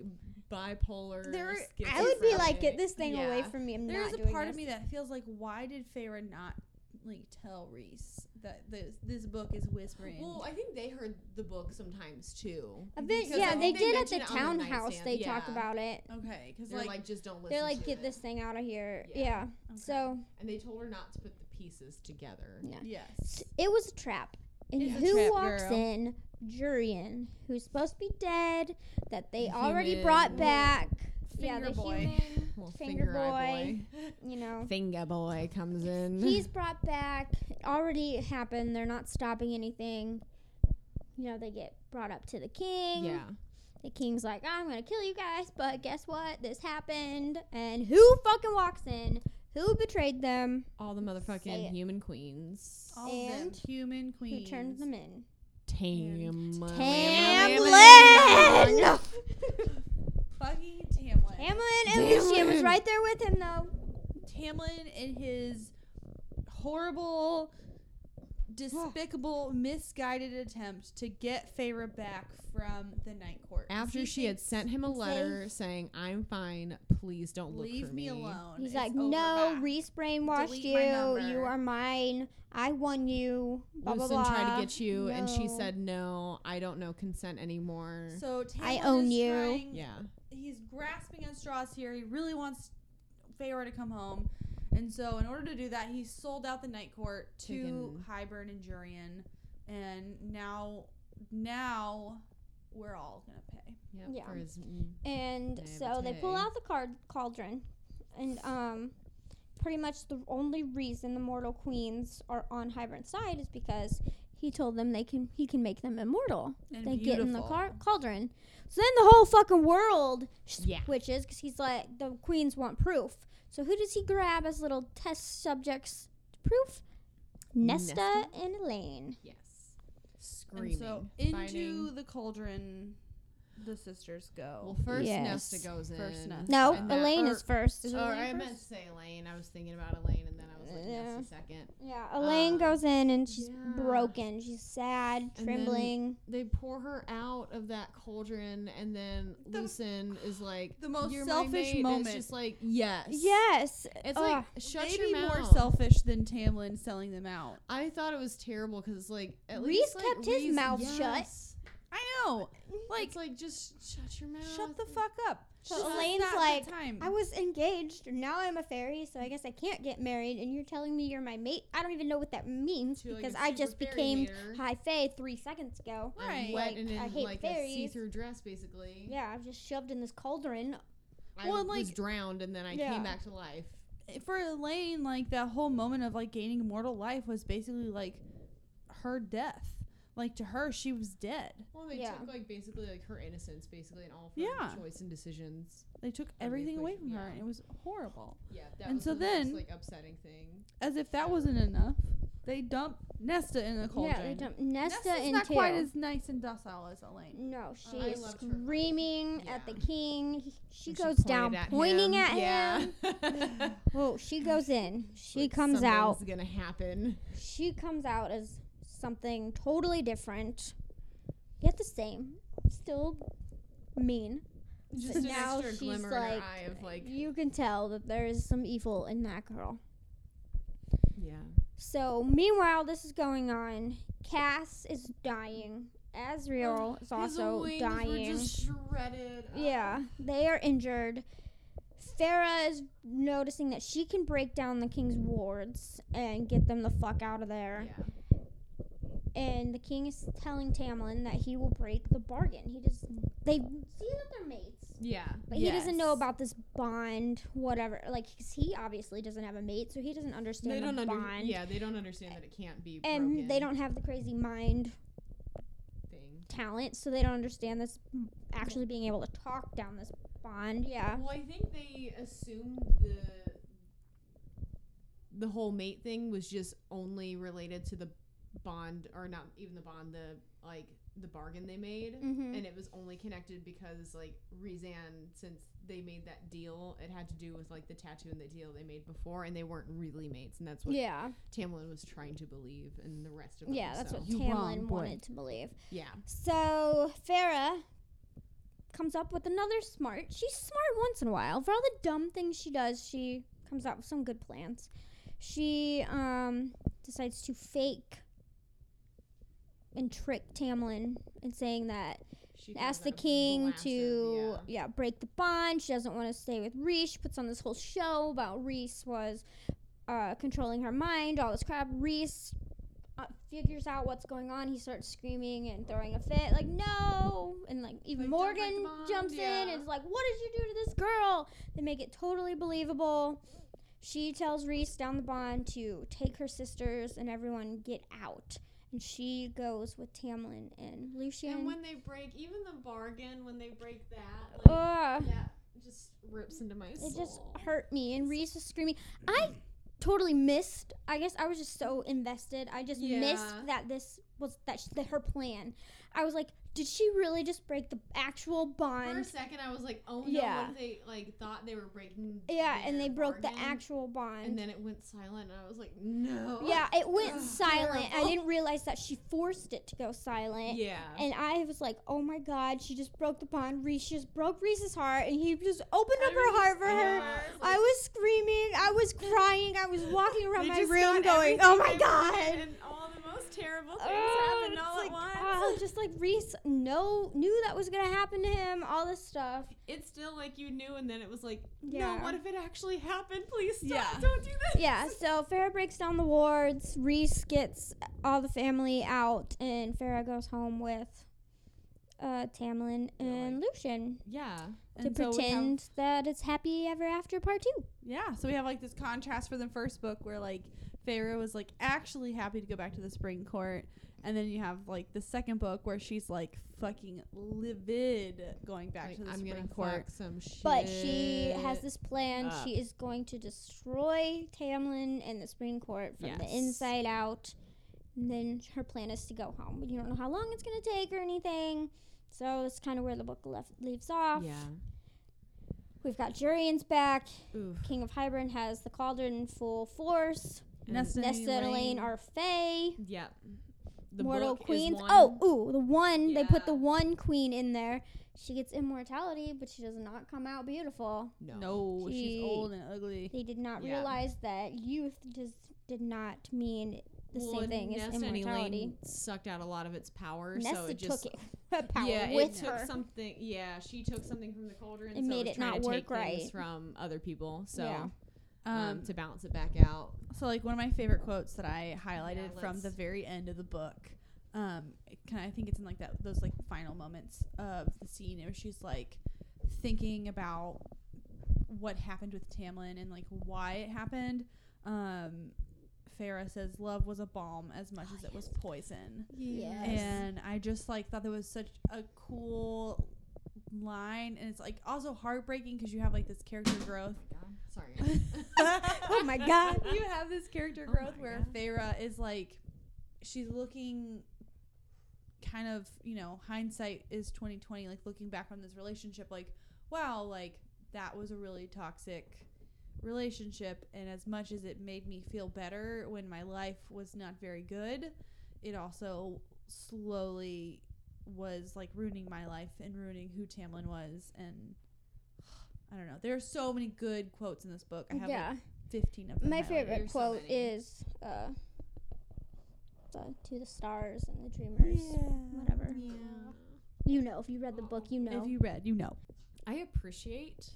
S3: bipolar.
S4: There-
S1: I would be like, get
S3: schizophrenic.
S1: this thing away
S3: Yeah.
S1: from me. I'm
S4: There's
S1: not
S4: a
S1: doing
S4: part
S1: this.
S4: of me that feels like, why did Feyre not like tell Reese that this this book is whispering?
S3: Well, I think they heard the book sometimes too.
S1: A bit,
S3: because
S1: yeah,
S3: I
S1: they
S3: think they
S1: did at the
S3: mentioned it on the
S1: townhouse.
S3: nightstand.
S1: they talk
S3: Yeah.
S1: about it.
S4: okay, because
S3: They're
S4: like,
S3: like, just don't listen.
S1: They're like,
S3: to
S1: get
S3: it."
S1: this thing out of here.
S3: Yeah.
S1: Yeah.
S4: okay,
S1: So
S3: And they told her not to put the pieces together.
S1: Yeah.
S4: yes,
S1: it was a trap. And
S4: It's a
S1: who
S4: trap,
S1: walks
S4: girl.
S1: in? Jurian, who's supposed to be dead, that they
S3: The
S1: already
S3: human.
S1: brought
S3: Well,
S1: back. yeah,
S4: Finger
S1: the
S4: boy.
S1: human,
S3: Well,
S1: Finger
S3: eye
S1: you know.
S3: Finger boy comes in.
S1: He's brought back. It already happened. They're not stopping anything. You know, they get brought up to the king.
S3: yeah.
S1: The king's like, I'm gonna kill you guys, but guess what? This happened. And who fucking walks in? Who betrayed them?
S3: All the
S1: Say
S3: motherfucking
S1: it.
S3: human queens.
S4: all and
S1: And
S4: of them human queen.
S1: Who turned them in?
S3: Tam.
S1: Tamlin!
S4: Fucking Tamlin.
S1: Tamlin and Lucian was
S3: Tamlin.
S1: right there with him, though.
S4: Tamlin and his horrible, despicable, misguided attempt to get Feyre back from the Night Court. 'Cause
S3: After
S4: he
S3: she had
S4: thinks,
S3: sent him a
S1: Say-
S3: letter saying, I'm fine, please don't look
S4: leave
S3: for
S4: me alone.
S1: He's
S4: it's
S1: like,
S4: over
S1: no,
S4: back."
S1: Reese brainwashed
S4: Delete my
S1: you. You
S4: number."
S1: are mine. I won you. Blah, blah,
S3: Lucen
S1: blah.
S3: tried to get you, and she
S1: No.
S3: said, No, I don't know consent anymore.
S4: So Tamlin
S1: I own
S4: is
S1: you.
S4: trying-
S3: yeah.
S4: He's grasping at straws here. He really wants Feyre to come home. And so, in order to do that, he sold out the Night Court to
S3: Taken-
S4: Hybern and Jurian. And now, now we're all going to pay.
S3: Yep,
S1: Yeah.
S3: for his-
S1: And so they pull
S3: Naivete.
S1: out the card cauldron, and um, pretty much the only reason the mortal queens are on Hybern's side is because he told them they can he can make them immortal.
S4: And
S1: they get in the
S4: beautiful.
S1: car- cauldron. So then the whole fucking world
S3: Yeah.
S1: switches because he's like the queens want proof. So who does he grab as little test subjects to proof? Nesta,
S3: Nesta?
S1: and Elaine.
S3: Yes.
S4: And
S3: Screaming.
S4: so oh. into
S3: fighting.
S4: the cauldron, the sisters go.
S3: Well, first
S1: Yes.
S3: Nesta goes in.
S4: First Nesta.
S1: No,
S4: And
S3: that-
S1: Elaine
S3: or-
S1: is first.
S4: Is it
S3: or
S4: Elaine
S3: I meant
S4: first?
S3: to say Elaine. I was thinking about Elaine, and then I was like,
S1: Yeah.
S3: Nesta second.
S1: yeah, Elaine
S3: um,
S1: goes in and she's
S3: yeah.
S1: broken. She's sad,
S3: then-
S1: trembling.
S3: They pour her out of that cauldron, and then
S4: The-
S3: Lucen is like,
S4: the most
S3: "You're my
S4: selfish
S3: mate," and
S4: moment.
S3: It's just like, yes,
S1: Yes.
S3: It's
S1: Ugh.
S3: like shut
S4: Maybe
S3: your mouth.
S4: more selfish than Tamlin selling them out.
S3: I thought it was terrible because it's like at
S1: Reese
S3: least like,
S1: kept his
S3: Reese-
S1: mouth shut.
S3: yes.
S4: I know.
S3: Like,
S4: Like,
S3: it's like just shut your mouth.
S4: shut the fuck up.
S1: So
S4: Just
S1: Elaine's
S4: stop the
S1: like,
S4: time.
S1: I was engaged, and now I'm a fairy, so I guess I can't get married. And you're telling me you're my mate? I don't even know what that means
S3: To, like, a
S1: because I just
S3: super fairy
S1: became
S3: mater.
S1: high fae three seconds ago.
S3: And
S4: Right.
S3: wet
S1: Like,
S3: and in
S1: I hate
S3: like a
S1: fairies.
S3: see-through dress, basically.
S1: Yeah, I was just shoved in this cauldron.
S3: I
S4: Well, and,
S3: was
S4: like-
S3: drowned, and then I
S1: Yeah.
S3: came back to life.
S4: for Elaine, like that whole moment of like gaining immortal life was basically like her death. Like to her, she was dead.
S3: Well, they
S1: Yeah.
S3: took like basically like her innocence, basically, and all of her
S4: Yeah.
S3: choice and decisions.
S4: They took
S3: the
S4: everything away
S3: equation,
S4: from her,
S3: yeah.
S4: and it was horrible.
S3: Yeah, that
S4: And
S3: was
S4: so
S3: the most,
S4: then-
S3: like upsetting thing.
S4: As if that wasn't enough, they dumped Nesta in the cauldron.
S1: Yeah, they dumped Nesta
S4: Nesta's
S1: into.
S4: not quite as Oh, nice and docile as Elaine.
S1: no, she
S3: I
S1: is
S3: loved her.
S1: screaming
S3: Yeah.
S1: at the king. He- She
S3: And
S1: goes
S3: pointed
S1: down,
S3: at
S1: pointing
S3: him.
S1: at
S3: yeah.
S1: him.
S3: him.
S1: Well, she goes in. She comes out.
S3: Something's gonna happen.
S1: She comes out as something totally different, yet the same. Still mean.
S3: Just an
S1: now
S3: extra
S1: she's
S3: glimmer in
S1: like,
S3: her eye of like,
S1: you can tell that there is some evil in that girl.
S3: yeah.
S1: So meanwhile, this is going on. Cass is dying.
S3: Oh,
S1: Asriel is also dying. Yeah, they are injured. Farah is noticing that she can break down the king's wards and get them the fuck out of
S3: Oh,
S1: there. And the king is telling Tamlin that he will break the bargain. He just they see that they're mates,
S3: Yeah.
S1: but he doesn't know about this bond, whatever. Like 'cause he obviously doesn't have a mate, so he doesn't understand
S3: They
S1: the
S3: don't
S1: bond.
S3: understand. Yeah, they don't understand that it can't be.
S1: And
S3: broken
S1: they don't have the crazy mind
S3: Thing.
S1: talent, so they don't understand this actually being able to talk down this bond. Yeah.
S3: Well, I think they assumed the the whole mate thing was just only related to the bond, or not even the bond, the like the bargain they made,
S1: Mm-hmm.
S3: and it was only connected because like Rezan, since they made that deal, it had to do with like the tattoo and the deal they made before, and they weren't really mates, and that's what
S1: Yeah,
S3: Tamlin was trying to believe, and the rest of them.
S1: yeah, that's
S3: so-
S1: what
S4: You wrong,
S1: Tamlin
S4: boy.
S1: wanted to believe.
S3: Yeah,
S1: So Farah comes up with another smart. She's smart once in a while. For all the dumb things she does, she comes up with some good plans. She um, decides to fake and trick Tamlin in saying that
S3: she
S1: ask the
S3: thought that
S1: king
S3: blasted,
S1: to
S3: yeah.
S1: yeah. break the bond. She doesn't want to stay with Reese. She puts on this whole show about Reese was uh, controlling her mind, all this crap. Reese uh, figures out what's going on. He starts screaming and throwing a fit, like no, and like even
S3: Like, don't break the
S1: Morgan
S3: bond,
S1: jumps in
S3: yeah.
S1: and is like, "What did you do to this girl?" They make it totally believable. She tells Reese down the bond to take her sisters and everyone get out. And she goes with Tamlin and Lucian.
S3: And when they break, even the bargain, when they break that, like,
S1: Ugh.
S3: that just rips into my soul.
S1: It just hurt me. And Reese was screaming. I totally missed. I guess I was just so invested. I just
S3: Yeah.
S1: missed that this was that, sh- that her plan. I was like, did she really just break the actual
S3: For a
S1: bond?
S3: second, I was like, "Oh no!"
S1: Yeah,
S3: What if they like thought they were breaking?
S1: yeah, and
S3: their
S1: they broke the
S3: bargain?
S1: actual bond.
S3: And then it went silent, and I was like, "No."
S1: yeah, it went
S3: Ugh,
S1: silent. I
S3: terrible.
S1: didn't realize that she forced it to go silent.
S3: Yeah.
S1: And I was like, oh my god, she just broke the bond. Reese she just broke Reese's heart, and he just opened up
S3: I
S1: her
S3: was
S1: heart for
S3: just-
S1: her.
S3: yeah, I was
S1: I
S3: like-
S1: was screaming, I was crying, I was walking around
S3: They
S1: my
S3: just
S1: room
S3: got
S1: going, "Oh my
S3: everything they wanted,
S1: god!"
S3: And all the most terrible things
S1: Oh,
S3: happened
S1: it's
S3: all
S1: like,
S3: at once.
S1: oh, just like Reese, no, knew that was gonna happen to him. All this stuff.
S3: It's still like you knew, and then it was like,
S1: Yeah.
S3: "No, what if it actually happened? Please stop!
S4: Yeah.
S3: Don't do this."
S1: Yeah. So Farah breaks down the wards. Reese gets all the family out, and Farah goes home with uh, Tamlin and Lucian
S3: Yeah.
S1: to
S4: so we have-
S1: pretend that it's happy ever after part two.
S4: yeah, so we have like this contrast for the first book where like Pharaoh was like actually happy to go back to the spring court, and then you have like the second book where she's like fucking livid going back
S3: Like,
S4: to the
S3: I'm gonna
S4: spring court.
S3: fuck some shit. Ah.
S1: But she has this plan.
S3: up.
S1: She is going to destroy Tamlin and the Supreme Court from
S3: Yes.
S1: the inside out. And then her plan is to go home. But you don't know how long it's going to take or anything. So that's kind of where the book left leaves off.
S3: Yeah.
S1: We've got Jurian's back.
S3: Oof.
S1: King of Hybern has the Cauldron in full force.
S4: Nesta and
S1: Nesta and Elaine
S4: Elaine.
S1: are Fae.
S3: Yeah. The
S1: Mortal
S3: book is
S1: Queens.
S3: one-
S1: Oh, ooh, the one. They put
S3: Yeah.
S1: the one queen in there. She gets immortality, but she does not come out beautiful.
S3: no.
S4: No,
S1: She-
S4: she's old and ugly.
S1: They did not
S3: Yeah.
S1: realize that youth just did not mean the
S3: Well,
S1: same
S3: and
S1: thing as
S3: Nesta and
S1: immortality.
S3: Elaine sucked out a lot of its power,
S1: Nesta
S3: so it just
S1: took it, her power
S3: yeah,
S1: with
S3: it took
S1: her.
S3: something. Yeah, she took something from the cauldron.
S1: It
S3: so
S1: made
S3: was
S1: it
S3: trying
S1: not
S3: to
S1: work
S3: take things
S1: right.
S3: from other people. So
S1: Yeah.
S3: um,
S4: Um,
S3: to balance it back out.
S4: So, like one of my favorite quotes that I highlighted
S3: Yeah,
S4: from
S3: let's-
S4: the very end of the book, um, kind of I think it's in like that those like final moments of the scene where she's like thinking about what happened with Tamlin and like why it happened. Um, Farah says love was a balm as much
S3: Oh,
S4: as it was poison,
S1: Yes.
S4: and I just like thought that was such a cool line, and it's like also heartbreaking because you have like this character growth
S3: Sorry.
S1: oh my god.
S4: you have this character
S3: Oh
S4: growth
S3: my
S4: where
S3: God.
S4: Farah is like, she's looking kind of, you know, hindsight is 2020, like looking back on this relationship, like, wow, like that was a really toxic relationship. And as much as it made me feel better when my life was not very good, it also slowly was like ruining my life and ruining who Tamlin was and I don't know. There are so many good quotes in this book. I have like,
S1: yeah.
S4: 15 of them.
S1: My
S4: highlighted.
S1: favorite
S3: There's so
S1: quote
S3: many.
S1: is uh, the, to the stars and the dreamers. Whatever.
S3: Yeah.
S1: You know, if you read the book, you know.
S4: If you read, you know.
S3: I appreciate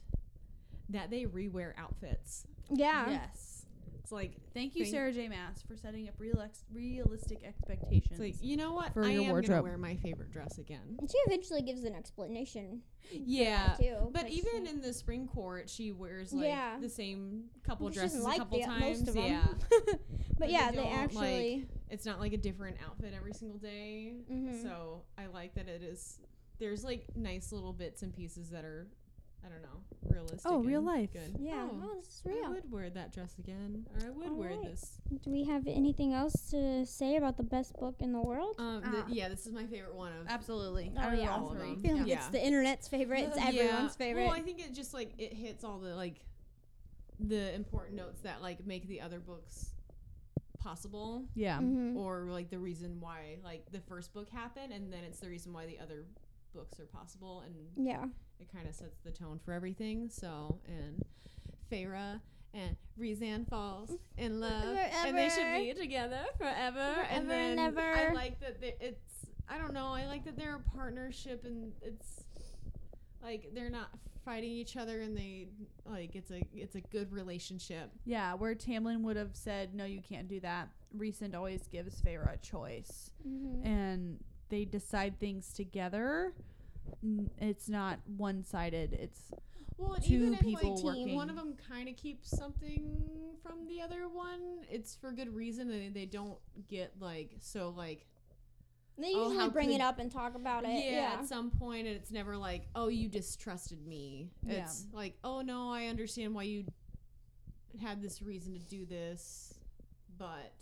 S3: that they rewear outfits.
S1: yeah.
S4: Yes.
S3: It's like
S4: Thank you,
S3: Thank-
S4: Sarah J. Mass, for setting up realex- realistic expectations.
S3: it's like you know what?
S4: For
S3: I
S4: your
S3: am gonna
S4: wardrobe.
S3: wear my favorite dress again.
S1: And she eventually gives an explanation
S3: Yeah.
S1: too.
S3: But
S1: like
S3: even
S1: she-
S3: in the spring court, she wears like
S1: Yeah.
S3: the same couple
S1: She doesn't
S3: dresses
S1: like
S3: a couple
S1: the- most
S3: times.
S1: of 'em.
S3: yeah,
S1: but
S3: they
S1: yeah, they,
S3: don't, like-
S1: actually.
S3: it's not like a different outfit every single day.
S1: Mhm.
S3: So I like that it is. There's like nice little bits and pieces that are, I don't know, realistic.
S4: Oh, real
S3: and
S4: life.
S3: Good.
S1: yeah.
S3: Oh,
S1: Oh, this is
S3: I
S1: real.
S3: would wear that dress again, or I would wear
S1: Alright.
S3: this.
S1: Do we have anything else to say about the best book in the world?
S3: Um,
S4: Ah.
S3: th- yeah, this is my favorite one of
S4: Absolutely.
S1: Oh,
S4: Out of
S1: yeah.
S4: all
S3: All of
S4: three.
S3: them.
S1: feel like
S3: yeah.
S1: it's the internet's favorite. It's
S3: Yeah.
S1: everyone's favorite.
S3: Well, I think it just like it hits all the like the important notes that like make the other books possible
S4: Yeah.
S1: Mhm.
S3: or like the reason why like the first book happened and then it's the reason why the other books are possible and
S1: Yeah.
S3: it kind of sets the tone for everything so and Farah and Rezan falls in love and they should
S1: Forever.
S3: be together forever,
S1: Forever
S3: and then
S1: and
S3: I
S1: ever.
S3: like that they- it's I don't know I like that they're a partnership and it's like they're not fighting each other and they like it's a it's a good relationship
S4: Yeah, where Tamlin would have said, no, you can't do that. Recent always gives Feyre a choice.
S3: mm-hmm.
S1: Mhm.
S4: And they decide things together. N- It's not one sided. It's
S3: Well, and
S4: two
S3: even if
S4: people
S3: like
S4: working.
S3: one of them kind of keeps something from the other one, it's for good reason, and they don't get like so like
S1: They
S3: Oh,
S1: usually
S3: how
S1: bring it
S3: could-
S1: up and talk about
S3: yeah,
S1: it. Yeah.
S3: at some point, and it's never like oh you distrusted me.
S4: Yeah.
S3: It's like oh no, I understand why you had this reason to do this, but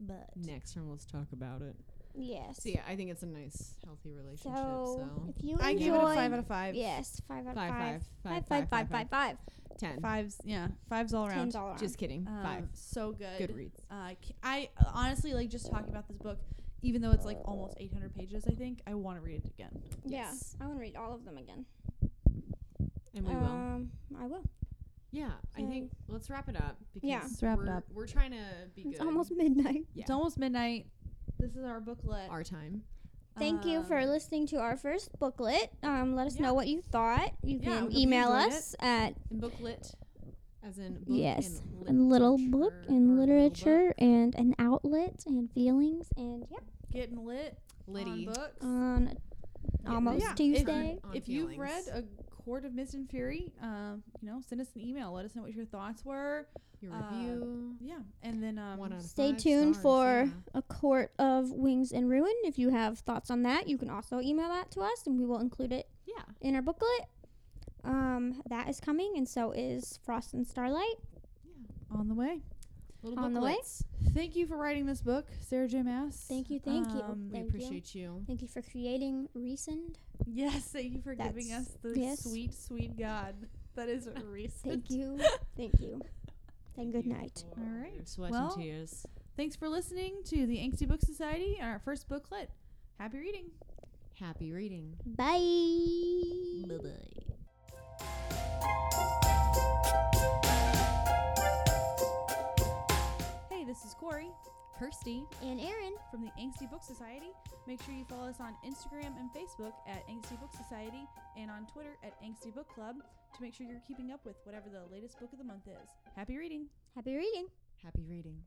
S1: But
S3: next time let's talk about it.
S1: yes.
S3: So yeah, I think it's a nice healthy
S1: So,
S3: relationship. So,
S1: if you enjoy,
S4: I gave it a five out of five.
S1: yes, five out of
S3: five,
S1: five.
S3: five,
S1: Five,
S3: five,
S1: five, five, five, five.
S3: ten.
S4: Fives, yeah, fives all around.
S1: Tens all around.
S3: Just kidding.
S4: Um,
S3: five.
S4: So
S3: Good reads.
S4: Uh, c- I honestly like just talking about this book, even though it's like almost 800 pages. I think I want to read it again.
S3: yes.
S1: Yeah. I want to read all of them again.
S3: And we will.
S1: um, I will.
S3: Yeah, I
S1: So-
S3: think let's wrap it up because
S1: Um, Yeah.
S4: Let's wrap it
S3: we're,
S4: up.
S3: We're trying to be good.
S1: It's almost midnight.
S3: Yeah.
S4: It's almost midnight. This is our booklet.
S3: our time.
S1: Thank you for
S4: Um,
S1: listening to our first booklet. Um, let us
S4: yeah.
S1: know what you thought. You
S4: Yeah,
S1: can
S4: we hope you
S1: email
S4: enjoyed
S1: us at
S3: And booklet, as in book
S1: Yes,
S3: and
S1: little book
S3: literature, or
S1: and
S3: little
S1: literature and an outlet and feelings and yep
S4: getting lit
S3: book. Liddy.
S4: on books.
S1: on almost
S4: Yeah, if-
S1: Um, Tuesday.
S3: on
S4: if you've
S3: feelings.
S4: read a Court of Mist and Fury, um, you know, send us an email. Let us know what your thoughts were.
S3: your
S4: uh,
S3: review.
S4: Yeah, and then um,
S3: one out of
S1: Stay
S3: five
S1: tuned
S3: stars,
S1: for
S3: yeah.
S1: a court of wings and ruin. If you have thoughts on that, you can also email that to us, and we will include it
S3: yeah.
S1: in our booklet. Um, that is coming, and so is Frost and Starlight.
S4: on the way.
S3: Little
S1: On the way.
S3: booklets.
S4: Thank you for writing this book, Sarah J. Mass.
S1: Thank you, thank you,
S4: Um,
S1: thank
S3: We appreciate you.
S1: you, thank you for creating Resend.
S4: Yes, thank you for giving us
S1: That's-
S4: the
S1: yes.
S4: sweet, sweet God. That is recent.
S1: Thank you, thank you, and good night.
S3: All
S4: Alright,
S3: right. Sweat
S4: well,
S3: and tears.
S4: Thanks for listening to the Angsty Book Society, our first booklet. Happy reading.
S3: Happy reading.
S1: Bye.
S3: bye.
S4: Hey, this is Corey
S3: Kirsty.
S1: And Aaron.
S4: from the Angsty Book Society. Make sure you follow us on Instagram and Facebook at Angsty Book Society and on Twitter at Angsty Book Club to make sure you're keeping up with whatever the latest book of the month is. Happy reading.
S1: Happy reading.
S3: Happy reading.